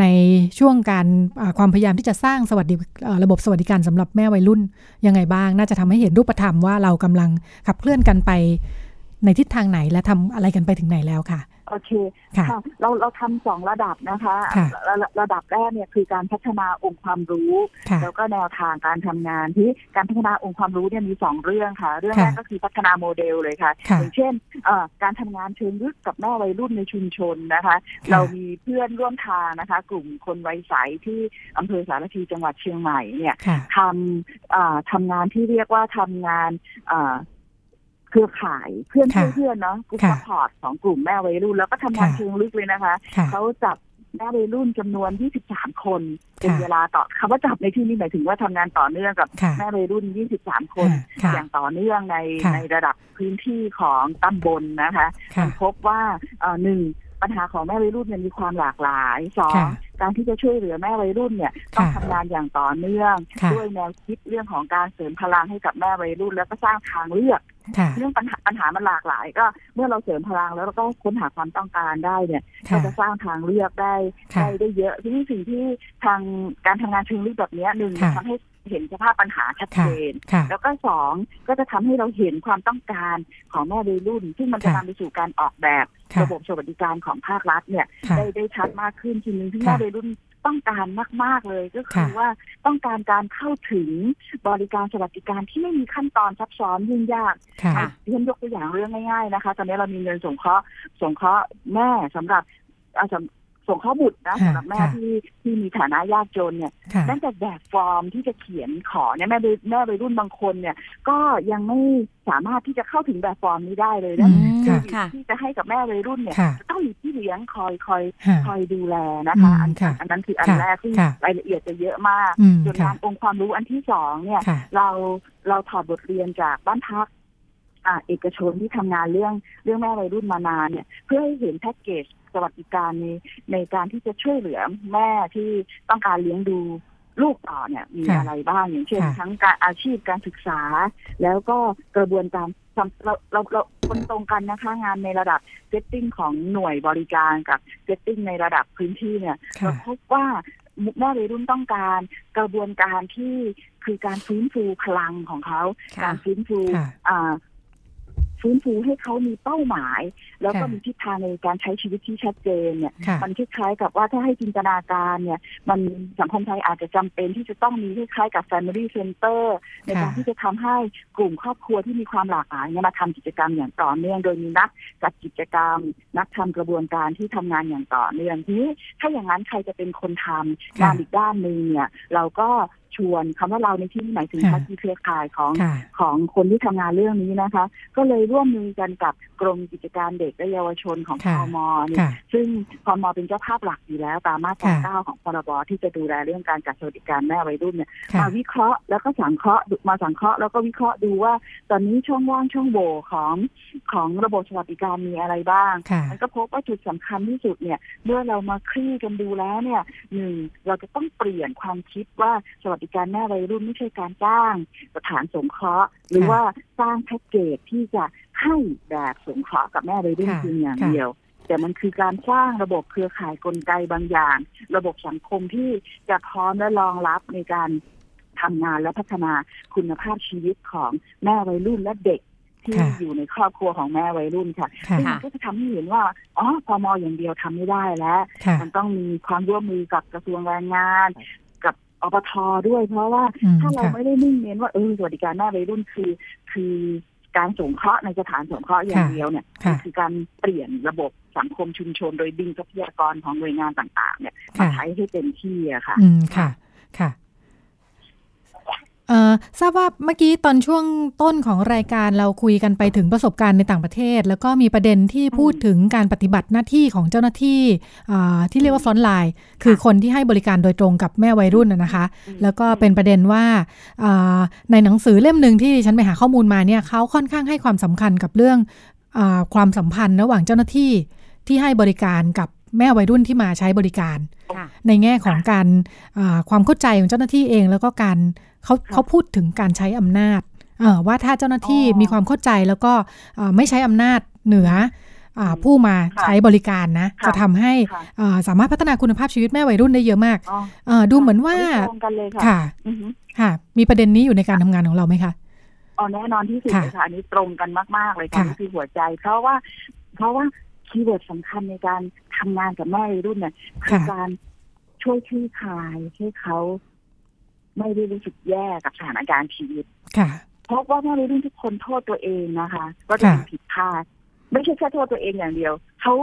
ในช่วงการอ่าความพยายามที่จะสร้างสวัสดิอ่าระบบสวัสดิการสำหรับแม่วัยรุ่นยังไงบ้าง น่าจะทำให้เห็นรูปธรรมว่าเรากำลังขับเคลื่อนกันไปในทิศทางไหนและทำอะไรกันไปถึงไหนแล้วค่ะ
โอเค
ค่ะ
ค่ะเราเราทำสองระดับนะคะ
ค่ะ
ระระระดับแรกเนี่ยคือการพัฒนาองค์ความรู้
ค่ะ
แล้วก็แนวทางการทำงานที่การพัฒนาองค์ความรู้เนี่ยมีสองเรื่องค่ะ เรื่อง
ค่ะ
แรกก็คือพัฒนาโมเดลเลยค่ะ
ค่ะ
อย่างเช่นเอ่อการทำงานเชิงลึกกับแม่วัยรุ่นในชุมชนนะคะ เรามีเพื่อนร่วมทางนะคะ กลุ่มคนวัยใสที่อำเภอสารพีจังหวัดเชียงใหม่เนี่ย
ค่ะ
ทำเอ่อทำงานที่เรียกว่าทำงานเอ่อเครือข่ายเพื่อน
ค่ะ
เพื่อนๆเนาะกลุ่ม
ค่ะ
ซัพพอร์ตของกลุ่มแม่วัยรุ่น แล้วก็ทำงาน
ค่ะ
เชิงลึกเลยนะคะ
ค่ะ
เขาจับแม่วัยรุ่นจำนวน 23 คนเป็น
ค่ะ
เวลาต่อคำว่าจับในที่นี้หมายถึงว่าทำงานต่อเนื่องกับ
ค่ะ
แม่วัยรุ่น 23 คน
ค่ะ
อย่างต่อเนื่องใน
ค่ะ
ในระดับพื้นที่ของตำบลนะคะ
ค่ะ
พบว่าเอ่อหนึ่งปัญหาของแม่วัยรุ่นเนี่ยมีความหลากหลายสอง
ค่ะ
การที่จะช่วยเหลือแม่วัยรุ่นเนี่ยต้อง
ค่ะ
ทำงานอย่างต่อเนื่อง
ค่ะ
ด้วยแนวคิดเรื่องของการเสริมพลังให้กับแม่วัยรุ่น แล้วก็สร้างทางเลือก
ค่ะ
เรื่องปัญหาปัญหามันหลากหลาย ก็เมื่อเราเสริมพลังแล้วเราก็ค้นหาความต้องการได้เนี่ย ก็
ค่ะ
จะสร้างทางเลือกได้
ค่ะ
ได้ได้เยอะที่นี่สิ่งที่ทางการทำงานเชิงลึกแบบเนี้ยหนึ่ง
ค่ะ
ทำให้เห็นสภาพปัญหาชัดเจน
ค่ะ
แล้วก็สองก็จะทำให้เราเห็นความต้องการของแม่วัยรุ่น ซึ่งมันจะ
ค่ะ
นำไปสู่การออกแบบ
ค่ะ
ระบบสวัสดิการของภาครัฐเนี่ย
ค่ะ
ได้ได้ชัดมากขึ้นทีนึงที่
ค่ะ
แม่วัยรุ่นต้องการมาก ๆเลยก็คื
ค่ะ
อว่าต้องการการเข้าถึงบริการสวัสดิการที่ไม่มีขั้นตอนซับซ้อนยุ่งยาก
ค่ะ
อ่ะดิฉันยกตัวอย่างเรื่องง่ายๆนะคะ ตอนนี้เรามีเงินสงเคราะห์สงเคราะห์แม่สำหรับอ่ะสำสงเคราะห์บุตรนะ
ค่ะ
สำหรับแม่
ค่ะ
ที่ที่มีฐานะยากจนเนี่ย
ค่ะ
นั่นแต่แบบฟอร์มที่จะเขียนขอเนี่ยแม่แม่วัยรุ่นบางคนเนี่ย ก็ยังไม่สามารถที่จะเข้าถึงแบบฟอร์มนี้ได้เลยนะ
อืมค่ะ
ค่ะ
ที่จะให้กับแม่วัยรุ่นเนี่ย
ค่ะ
จะต้องมีพี่เลี้ยงคอยคอย
ค่ะ
คอยดูแลนะคะ
อืม
อัน
ค่ะ
อันนั้นคืออัน
ค่ะ
แรกซึ่ง
ค่ะ
รายละเอียดจะเยอะมาก
อืม
ส่วน
ค่ะ
การองค์ความรู้อันที่สองเนี่ย
ค่ะ
เราเราถอดบทเรียนจากบ้านพักอ่าเอกชนที่ทำงานเรื่องเรื่องแม่วัยรุ่นมานานเนี่ย เพื่อให้เห็นแพ็กเกจสวัสดิการในในการที่จะช่วยเหลือแม่ที่ต้องการเลี้ยงดูลูกต่อเนี่ยมี
ค่ะ
อะไรบ้างอย่างเช่น
ค่ะ
ทั้งการอาชีพการศึกษา แล้วก็กระบวนการทำเราเราเราคนตรงกันนะคะงานในระดับเซตติ้งของหน่วยบริการกับเซตติ้งในระดับพื้นที่เนี่ย
ค่ะ
เราพบว่าแม่วัยรุ่นต้องการกระบวนการที่คือการฟื้นฟูพลังของเขา
ค่ะ
การฟื้นฟู
ค่ะ
อ่า ฟื้นฟูให้เขามีเป้าหมาย แล้วก็
ค่ะ
มีทิศทางในการใช้ชีวิตที่ชัดเจนเนี่ย
ค่ะ
มันคล้ายๆกับว่าถ้าให้จินตนาการเนี่ย มันสังคมไทยอาจจะจำเป็นที่จะต้องมีคล้ายๆกับ Family Center ในการ
ค่ะ
ที่จะทำให้กลุ่มครอบครัวที่มีความหลากหลายเนี่ยมาทำกิจกรรมอย่างต่อเนื่อง โดยมีนักจัดกิจกรรม นักทำกระบวนการที่ทำงานอย่างต่อเนื่องทีนี้ถ้าอย่างนั้นใครจะเป็นคนทำ
ค่ะ
งานอีกด้านหนึ่งเนี่ย เราก็ชวนคำว่าเราในที่นี้หมายถึง
ค่ะ
ภาคีเครือข่ายของ
ค่ะ
ของคนที่ทำงานเรื่องนี้นะคะ ก็เลยร่วมมือกันกับกรมกิจการเด็กและเยาวชนของพ
ค่ะ
มเนี่ย
ค่ะ
ซึ่งพมเป็นเจ้าภาพหลักอยู่แล้วตามมาตรา
ค่ะ
เก้าของพรบที่จะดูแลเรื่องการจัดสวัสดิการแม่วัยรุ่นเนี่ย
ค่ะ
มาวิเคราะห์แล้วก็สังเคราะห์ดูมาสังเคราะห์แล้วก็วิเคราะห์ดูว่า ตอนนี้ช่องว่างช่องโหว่ของของระบบสวัสดิการมีอะไรบ้าง
ค่ะ
มันก็พบว่าจุดสำคัญที่สุดเนี่ย เมื่อเรามาคลี่กันดูแล้วเนี่ยหนึ่งเราจะต้องเปลี่ยนความคิดว่าสวัสดิการแม่วัยรุ่นไม่ใช่การจ้าง สถานสงเคราะห์ หรือ
ค่ะ
ว่าสร้างแพ็กเกจที่จะให้แบบสงเคราะห์กับแม่วัยรุ่น
ค่ะ
เพียงอย่าง
ค่ะ
เดียว แต่มันคือการสร้างระบบเครือข่ายกลไกบางอย่าง ระบบสังคมที่จะพร้อมและรองรับในการทำงานและพัฒนาคุณภาพชีวิตของแม่วัยรุ่นและเด็กที่
ค่ะ
อยู่ในครอบครัวของแม่วัยรุ่นค่ะ
ค่ะ
ซึ่งมันก็จะทำให้เห็นว่า อ๋อพมอย่างเดียวทำไม่ได้แล้ว
ค่ะ
มันต้องมีความร่วมมือกับกระทรวงแรงงาน กับอปทด้วย เพราะว่า
อืม
ถ้าเรา
ค่ะ
ไม่ได้นิ่งเน้นว่า เออ สวัสดิการหน้าวัยรุ่นคือ คือการสงเคราะห์ในสถานสงเคราะห์อย่าง
ค่ะ
เดียวเนี่ย
ค่ะ
มันคือการเปลี่ยนระบบสังคมชุมชน โดยดึงทรัพยากรของหน่วยงานต่าง ๆ เนี่ยมา
ค่ะ
ใช้ให้เต็มที่อะค่ะ
อืม ค่ะ ค่ะเอ่อทราบว่าเมื่อกี้ตอนช่วงต้นของรายการเราคุยกันไปถึงประสบการณ์ในต่างประเทศ แล้วก็มีประเด็นที่พูดถึงการปฏิบัติหน้าที่ของเจ้าหน้าที่อ่าที่เรียกว่าฟรอนไลน์คือคนที่ให้บริการโดยตรงกับแม่วัยรุ่นนะนะคะ แล้วก็เป็นประเด็นว่าอ่าในหนังสือเล่มหนึ่งที่ฉันไปหาข้อมูลมาเนี่ยเขาค่อนข้างให้ความสำคัญกับเรื่องอาความสัมพันธ์ระหว่างเจ้าหน้าที่ที่ให้บริการกับแม่วัยรุ่นที่มาใช้บริการ
ค่ะ
ในแง่ของการอ่าความเข้าใจของเจ้าหน้าที่เอง แล้วก็การเขาเขาพูดถึงการใช้อำนาจเอ่อว่าถ้าเจ้าหน้าที่
อ๋อ
มีความเข้าใจแล้วก็อ่าไม่ใช้อำนาจเหนืออ่าผู้มา
ค่ะ
ใช้บริการนะ
ค่ะ
จะทำให้
ค่ะ
อ่าสามารถพัฒนาคุณภาพชีวิตแม่วัยรุ่นได้เยอะมาก
อ๋อ
เอ่อดูเหมือนว่า
ค่ะตรงกันเลยค่ะ
ค่ะ
อือฮึ
ค่ะ มีประเด็นนี้อยู่ในการทำงานของเราไหมคะ
อ๋อแน่นอนที่สุด
ค่ะ
เลยค่ะอันนี้ตรงกันมาก ๆ เลยค่ะ
ค่ะ
นี่คือหัวใจ เพราะว่า เพราะว่าคีย์เวิร์ดสำคัญในการทำงานกับแม่วัยรุ่นเนี่ยคือ
ค่ะ
การช่วยคลี่คลายให้เขาไม่ได้รู้สึกแย่กับสถานการณ์ชีวิต
ค่ะ
เพราะว่าแม่วัยรุ่นทุกคนโทษตัวเองนะคะว่าตัวเอง
ค่ะ
ผิดพลาดไม่ใช่แค่โทษตัวเองอย่างเดียวเขา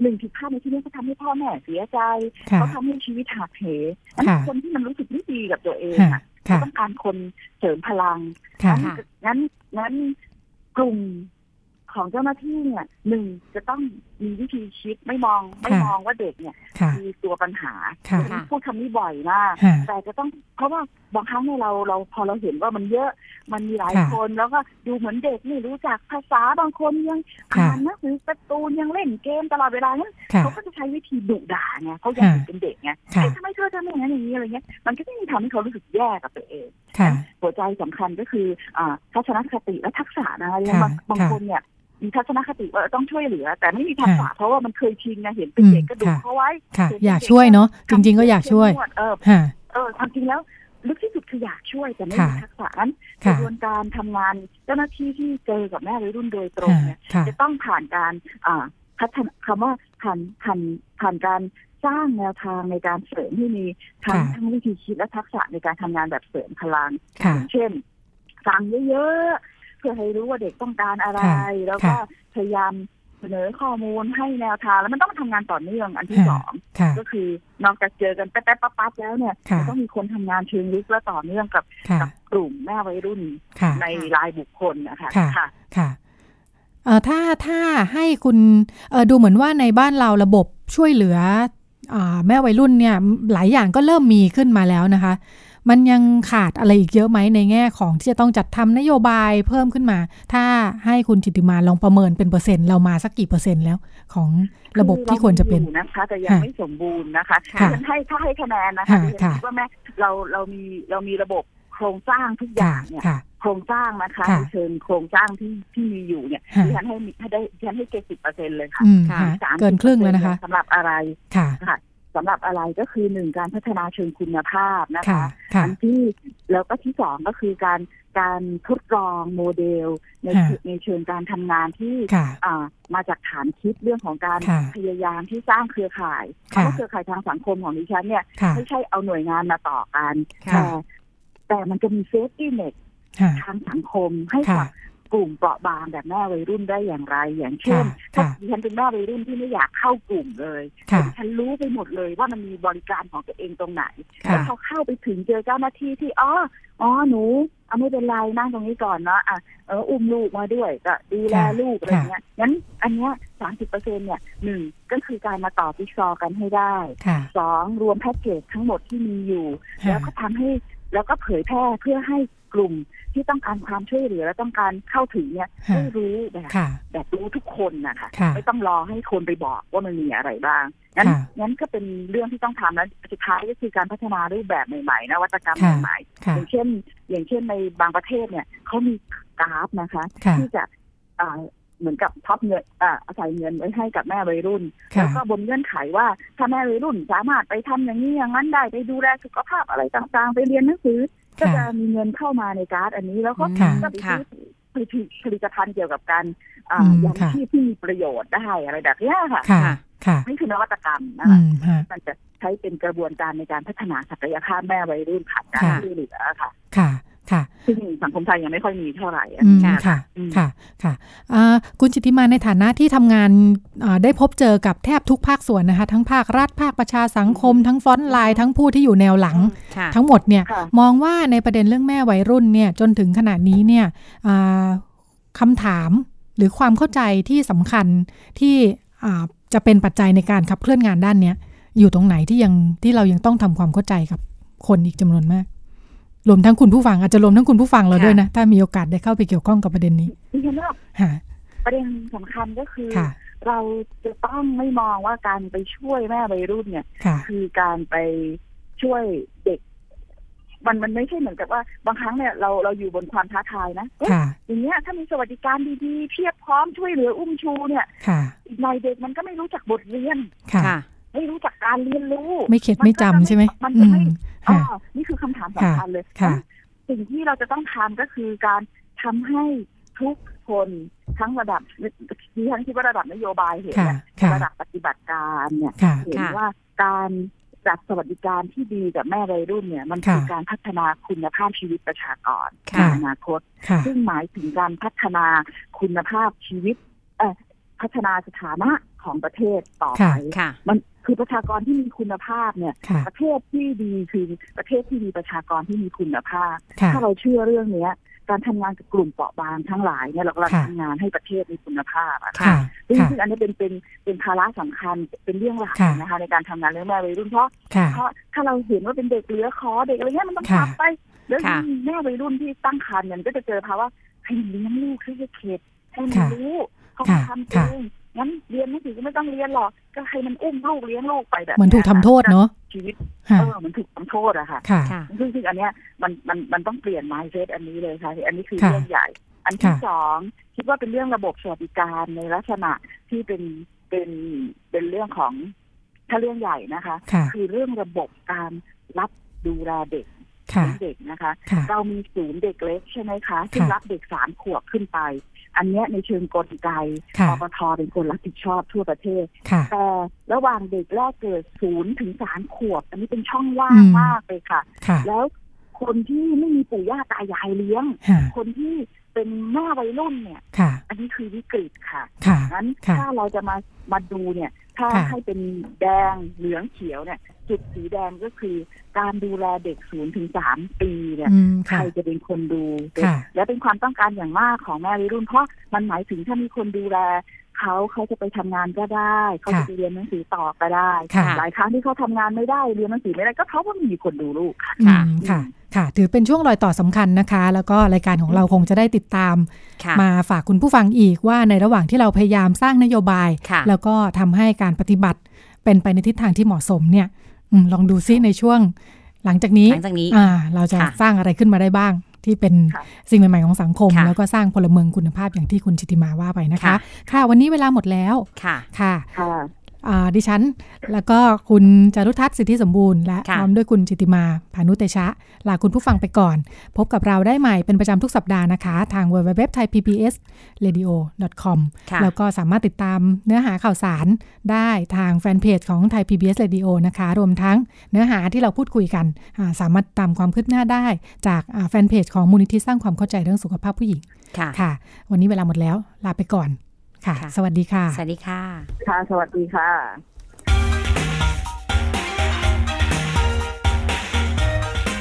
หนึ่งผิดพลาดในที่นี้เขาทำให้พ่อแม่เสียใจ
ค่ะ
เขาทำให้ชีวิตหักเหอัน
ค่ะ
คนที่มันรู้สึกไม่ดีกับตัวเอง
ค่ะ
อะ
ค่ะ
ต้องการคนเสริมพลัง
ค่ะ
ค่ะ
งั้นงั้นกลุ่มของเจ้าหน้าที่เนี่ยหนึ่งจะต้องมีวิธีคิดไม่มองไม่
ค่ะ
มองว่าเด็กเนี่ย
ค่ะ
มีตัวปัญหา
ค่ะ
อันนี้พูดคำนี้บ่อยมาก
ค่ะ
แต่จะต้องเพราะว่าบางครั้งเนี่ยเราเราพอเราเห็นว่ามันเยอะมันมีหลาย
ค่ะ
คนแล้วก็ดูเหมือนเด็กไม่รู้จักภาษาบางคนยัง
ค่ะ
อ่านหนังสือการ์ตูนยังเล่นเกมตลอดเวลางั้น
ค่ะ
เขาก็จะใช้วิธีดุด่าไงเขาอยาก
ค่ะ
เป็นเด็กไง
ค่ะ
เอ้ยทำไมเธอทำอย่างนั้นอย่างนี้อะไรเงี้ยมันก็จะยิ่งทำให้เขารู้สึกแย่กับตัวเอง
ค่ะ
หัวใจสำคัญก็คืออ่าทัศนคติและทักษะนะคะ
ค่ะ
บางบาง
ค่ะ
คนเนี่ยมีทัศนคติว่าต้องช่วยเหลือ แต่ไม่มีทักษะเพราะว่ามันเคยชินนะเห็นเป็นเด็ก
อืม
ก็ดู
ค่ะ
เขาไว้
ค่ะ
เห็นเป็น
อยาก
เด็
ช่วยเนาะจ
ทำ
ริง ๆ ก็อยากช่วย
เข้มงดเออ
ค่ะ
เออความจริงแล้วลึกที่สุดคืออยากช่วยแต่ไม่มี
ค่ะ
ทักษะนั้นก
ค่ะ
ระบวนการทำงานเจ้าหน้าที่ที่เจอกับแม่วัยรุ่นโดยตรง
ค่ะ
เนี่ย
ค่ะ
จะต้องผ่านการอ่าพัฒนาคำว่าผ่านผ่านผ่านการสร้างแนวทางในการเสริมที่มีทั้ง
ค่ะ
ทั้งวิธีคิดและทักษะในการทำงานแบบเสริมพลัง
ค่ะ
เช่นฟังเยอะๆ เพื่อให้รู้ว่าเด็กต้องการอะไร
ค่ะ
แล้วก็
ค่ะ
พยายามเสนอข้อมูลให้แนวทาง แล้วมันต้องทำงานต่อเนื่องอันที่สอง
ค่ะ
ก็คือนอกจากเจอกันแป๊บๆปั๊บๆแล้วเนี่ย
ค่ะ
มันต้องมีคนทำงานเชิงลึกและต่อเนื่องกับ
ค่ะ
กับกลุ่มแม่วัยรุ่น
ค่ะ
ในรายบุคคลนะคะ
ค่ะ
ค่ะ
ค่ะเอ่อถ้าถ้าให้คุณเอ่อดูเหมือนว่าในบ้านเราระบบช่วยเหลืออาแม่วัยรุ่นเนี่ยหลายอย่างก็เริ่มมีขึ้นมาแล้วนะคะ มันยังขาดอะไรอีกเยอะไหมในแง่ของที่จะต้องจัดทำนโยบายเพิ่มขึ้นมา ถ้าให้คุณจิตติมาลองประเมินเป็นเปอร์เซ็นต์เรามาสักกี่เปอร์เซ็นต์แล้วของระบบที่ควรจะเป็น
อรามีอยู่นะคะแต่ยัง
ค่ะ
ไม่สมบูรณ์นะคะ
ค่ะ
ดิฉันให้ถ้าให้คะแนนนะ
ค่ะ
คะดิฉัน
ค่ะ
คิดว่าแม่เราเรามีเรามีระบบโครงสร้างทุกอย่างเนี่ย
ค่ะค่ะ
โครงสร้างนะคะ
ค่ะ
ในเชิงโครงสร้างที่ที่มีอยู่เนี่ย
ค่ะ
ดิฉันให้มีให้ได้ดิฉันให้เจ็ดสิบเปอร์เซ็นเลยค่ะ
อืม
ค่ะ
ค่ะ
30%
เกินครึ่งแล้วนะคะ
สำหรับอะไร
ค่ะ
ค่ะสำหรับอะไรก็คือหนึ่งการพัฒนาเชิงคุณภาพนะ
ค่ะ
คะ
ค่ะ
อัที่แล้วก็ที่สองก็คือการ การทดลองโมเดลใน
ค่ะ
ในเชิงการทำงานที่
ค่ะ
อ่ามาจากฐานคิดเรื่องของการ
ค่ะ
พยายามที่สร้างเครือข่าย
ค่ะ
เพราะเครือข่ายทางสังคมของดิฉันเนี่ย
ค่ะ
ไม่ใช่เอาหน่วยงานมาต่อกัน
ค่ะ
แต่แต่มันจะมีเซฟตี้เน็ต
ค่ะ
ทางสังคมให้
ค่ะ
กับกลุ่มเปราะบางแบบแม่วัยรุ่นได้อย่างไร อย่างเช่
ค่ะ
น
ค่ะ
ดิฉันเป็นแม่วัยรุ่นที่ไม่อยากเข้ากลุ่มเลย
ค่ะ
ฉันรู้ไปหมดเลยว่ามันมีบริการของตัวเองตรงไหน
ค่ะ
แล้วพอเข้าไปถึงเจอเจ้าหน้าที่ที่อ๋ออ๋อหนูเอาไม่เป็นไรนั่งตรงนี้ก่อนเนาะอ่ะเอออุ้มลูกมาด้วยก็ดูแล
ค่ะ
ลูกอะไรเงี้ยงั้นอันเนี้ยสามสิบเปอร์เซ็นเนี่ยหนึ่งก็คือการมาต่อปิ๊กซอว์กันให้ได้
ค่ะ
สองรวมแพ็กเกจทั้งหมดที่มีอยู่
ค่ะ
แล้วก็ทำให้แล้วก็เผยแพร่เพื่อให้กลุ่มที่ต้องการความช่วยเหลือและต้องการเข้าถึงเนี่ย
ค่ะ
ได้รู้แบบ
ค่ะ
แบบรู้ทุกคนนะคะ
ค่ะ
ไม่ต้องรอให้คนไปบอกว่ามันมีอะไรบ้างงั้น
ค่ะ
งั้นก็เป็นเรื่องที่ต้องทำแล้วสุดท้ายก็คือการพัฒนารูปแบบใหม่ๆนวัตกรรม
ค่ะ
ใหม่ๆ
ค่ะ
อย่างเช่น อย่างเช่นในบางประเทศเนี่ยเขามีกราฟนะคะ
ค่ะ
ที่จะอ่าเหมือนกับท็อปเงินอ่าอาศัยเงินไว้ให้กับแม่วัยรุ่น
ค่ะ
แล้วก็บนเงื่อนไขว่าถ้าแม่วัยรุ่นสามารถไปทำอย่างนี้อย่างนั้นได้ไปดูแลสุขภาพอะไรต่างๆ ไปเรียนหนังสือ ก็จะ
ค่ะ
มีเงินเข้ามาในการ์ดอันนี้แล้วก็
ค่ะ
ก็ไป
ค่ะ
ซื้อผลิตผลิตภัณฑ์เกี่ยวกับการอ่า
อืม
ยัง
ค่ะ
ชีพที่มีประโยชน์ได้อะไรแบบเนี้ยค่ะ
ค่ะ ค่ะ
นี่คือนวัตกรรมนะ
อื
คะ
มฮะ
มันจะใช้เป็นกระบวนการในการพัฒนาศักยภาพแม่วัยรุ่นผ่านการ
ค่ะ
ช่วยเหลือค่ะ
ค่ะ ค่ะ
ซึ่งสังคมไทยยังไม่ค่อยมีเท่าไหร่อะ
อืม
ค่ะ
ค่ะ
อืม
ค่ะ ค่ะเอ่อคุณจิตติมาในฐานะที่ทำงานเอ่อได้พบเจอกับแทบทุกภาคส่วนนะคะ ทั้งภาครัฐภาคประชาสังคม ทั้งฟอนต์ไลน์ ทั้งผู้ที่อยู่แนวหลัง
ค่ะ
ทั้งหมดเนี่ย
ค่ะ
มองว่าในประเด็นเรื่องแม่วัยรุ่นเนี่ยจนถึงขณะนี้เนี่ยอ่าคำถามหรือความเข้าใจที่สำคัญที่อ่าจะเป็นปัจจัยในการขับเคลื่อนงานด้านเนี้ยอยู่ตรงไหนที่ยังที่เรายังต้องทำความเข้าใจกับคนอีกจำนวนมาก รวมทั้งคุณผู้ฟังอาจจะรวมทั้งคุณผู้ฟังเรา
ค่ะ
ด้วยนะ ถ้ามีโอกาสได้เข้าไปเกี่ยวข้องกับประเด็นนี้
ดิฉันว่า
ฮะ
ประเด็นสำคัญก็คือ
ค่ะ
เราจะต้องไม่มองว่าการไปช่วยแม่วัยรุ่นเนี่ย
ค่ะ
คือการไปช่วยเด็ก มันมันไม่ใช่เหมือนกับว่า บางครั้งเนี่ยเราเราอยู่บนความท้าทายนะเอ๊ะ
ค่ะ
อย่างเงี้ยถ้ามีสวัสดิการดีๆ เพียบพร้อมช่วยเหลืออุ้มชูเนี่ย
ค่ะ
อีกหน่อยเด็กมันก็ไม่รู้จักบทเรียน
ค่ะ
ค่ะ
ไม่รู้จักการเรียนรู้
ไม่เข็ดไม่จำใช่ไหม
มัน
อืม
จะไม่อ๋อ
ค่ะ
นี่คือคำถามสำคัญเลย
ค่ะ
สิ่งที่เราจะต้องทำก็คือการทำให้ทุกคนทั้งระดับดิฉันคิดว่าระดับนโยบายเห็น
ค่ะ
เนี่ย
ค่ะ
ระดับปฏิบัติการเนี่ย
ค่ะ
เห็น
ค่ะ
ว่าการจัดสวัสดิการที่ดีกับแม่วัยรุ่นเนี่ย มันคือ
ค่ะ
การพัฒนาคุณภาพชีวิตประชากร
ค่ะ
ในอนาคต
ค่ะ
ซึ่งหมายถึงการพัฒนาคุณภาพชีวิตเอ่อพัฒนาสถานะของประเทศต่อไป
ค่ะ
มันคือประชากรที่มีคุณภาพเนี่ย
ค่ะ
ประเทศที่ดีคือประเทศที่มีประชากรที่มีคุณภาพ
ค่ะ
ถ้าเราเชื่อเรื่องเนี้ย การทำงานกับกลุ่มเปราะบางทั้งหลายเนี่ยเรากำลัง
ค่ะ
ทำงานให้ประเทศมีคุณภาพอะ
ค่ะ
ซึ่ง
ค่ะ
ซึ่งอันนี้เป็นเป็นเป็นภาระสำคัญเป็นเรื่องหลัก
ค่ะ
นะคะ ในการทำงานเรื่องแม่วัยรุ่นเพราะ
ค่ะ
เพราะถ้าเราเห็นว่าเป็นเด็กเหลือคอเด็กอะไรเงี้ยมันต้อง
ค่ะ
ทำไป แล้ว
ค่ะ
ยิ่งแม่วัยรุ่นที่ตั้งครรภ์เนี่ยมันก็จะเจอภาวะให้เลี้ยงลูกให้เข็ดให้มัน
ค่ะ
รู้เขา
ค่ะ
ทำเอ
ค่ะ
งงั้นเรียนหนังสือก็ไม่ต้องเรียนหรอกก็ให้มันอุ้มลูกเลี้ยงลูกไปแบบ
เหมือนถูกทำโทษเนาะ
ชีวิต
ค่ะ
เออมันถูกทำโทษอะค่ะ
ค่ะ
ค่ะ
ซึ่งซึ่งอันเนี้ยมันมันมันต้องเปลี่ยน mindset อันนี้เลยค่ะอันนี้คือ
ค่ะ
เรื่องใหญ่ อันที่
ค่ะ
สองคิดว่าเป็นเรื่องระบบสวัสดิการในลักษณะที่เป็นเป็นเป็นเรื่องของถ้าเรื่องใหญ่นะคะ
ค่ะ
คือเรื่องระบบการรับดูแลเด็ก
ค่ะ
เลี้ยงเด็กนะคะ
ค่ะ
เรามีศูนย์เด็กเล็กใช่ไหมคะที่รับเด็กสามขวบขึ้นไป อันเนี้ยในเชิงกลไก
ค่ะ
ปปทเป็นคนรับผิดชอบทั่วประเทศ
ค่ะ
แต่ระหว่างเด็กแรกเกิดศูนย์ถึงสามขวบ อันนี้เป็นช่องว่าง
อืม
มากเลยค่ะ
ค่ะ
แล้วคนที่ไม่มีปู่ย่าตายายเลี้ยง
ค่ะ
คนที่เป็นแม่วัยรุ่นเนี่ย
ค่ะ
อันนี้คือวิกฤตค่ะ
ค่ะ
นั้น
ค่ะ
ถ้าเราจะมามาดูเนี่ย ถ้า
ค่ะ
ให้เป็นแดงเหลืองเขียวเนี่ย จุดสีแดงก็คือ การดูแลเด็กศูนย์ถึงสามปีเนี่ย
อืม
ใค
ค่ะ
รจะเป็นคนดู
ค่ะ
และเป็นความต้องการอย่างมากของแม่วัยรุ่น เพราะมันหมายถึงถ้ามีคนดูแลเขาเขาจะไปทำงานก็ได้ เขาจะ
ค่ะ
ไปเรียนหนังสือต่อก็ได้
ค่ะ
หลายครั้งที่เขาทำงานไม่ได้เรียนหนังสือไม่ได้ก็เพราะว่าไม่มีคนดูลูกค่ะ
อืมค่ะ ค่ะ ถือเป็นช่วงรอยต่อสำคัญนะคะ แล้วก็รายการของเราคงจะได้ติดตาม
ค่ะ
มาฝากคุณผู้ฟังอีกว่าในระหว่างที่เราพยายามสร้างนโยบาย
ค่ะ
แล้วก็ทำให้การปฏิบัติเป็นไปในทิศทางที่เหมาะสมเนี่ยอืมลองดูซิในช่วง หลังจากนี้
หลังจากนี้
อ่าเราจะ
ค่ะ
สร้างอะไรขึ้นมาได้บ้าง ที่เป็น
ค่ะ
สิ่งใหม่ๆของสังคม
ค่ะ
แล้วก็สร้างพลเมืองคุณภาพอย่างที่คุณชิติมาว่าไปนะคะ
ค่ะ
ค่ะวันนี้เวลาหมดแล้ว
ค่ะ
ค่ะ
ค่ะ
อ่าดิฉัน แล้วก็คุณจารุทัศน์สิทธิสมบูรณ์และ
ค่ะ
พร้อมด้วยคุณจิติมาพานุเตชะ ลาคุณผู้ฟังไปก่อน พบกับเราได้ใหม่เป็นประจำทุกสัปดาห์นะคะ ทาง www.thaipbsradio.com
ค่ะ
แล้วก็สามารถติดตามเนื้อหาข่าวสารได้ทางแฟนเพจของไทย PBS Radio นะคะ รวมทั้งเนื้อหาที่เราพูดคุยกันอ่าสามารถตามความคืบหน้าได้ จากอ่าแฟนเพจของมูลนิธิสร้างความเข้าใจเรื่องสุขภาพผู้หญิง
ค่ะ
ค่ะ วันนี้เวลาหมดแล้วลาไปก่อนค่ะ
ค่ะ
สวัสดีค่ะ
สวัสดีค่ะ
ค่ะ สวัสดีค่ะ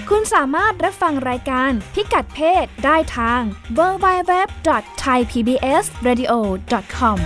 คุณสามารถรับฟังรายการพิกัดเพศได้ทาง www.thaipbsradio.com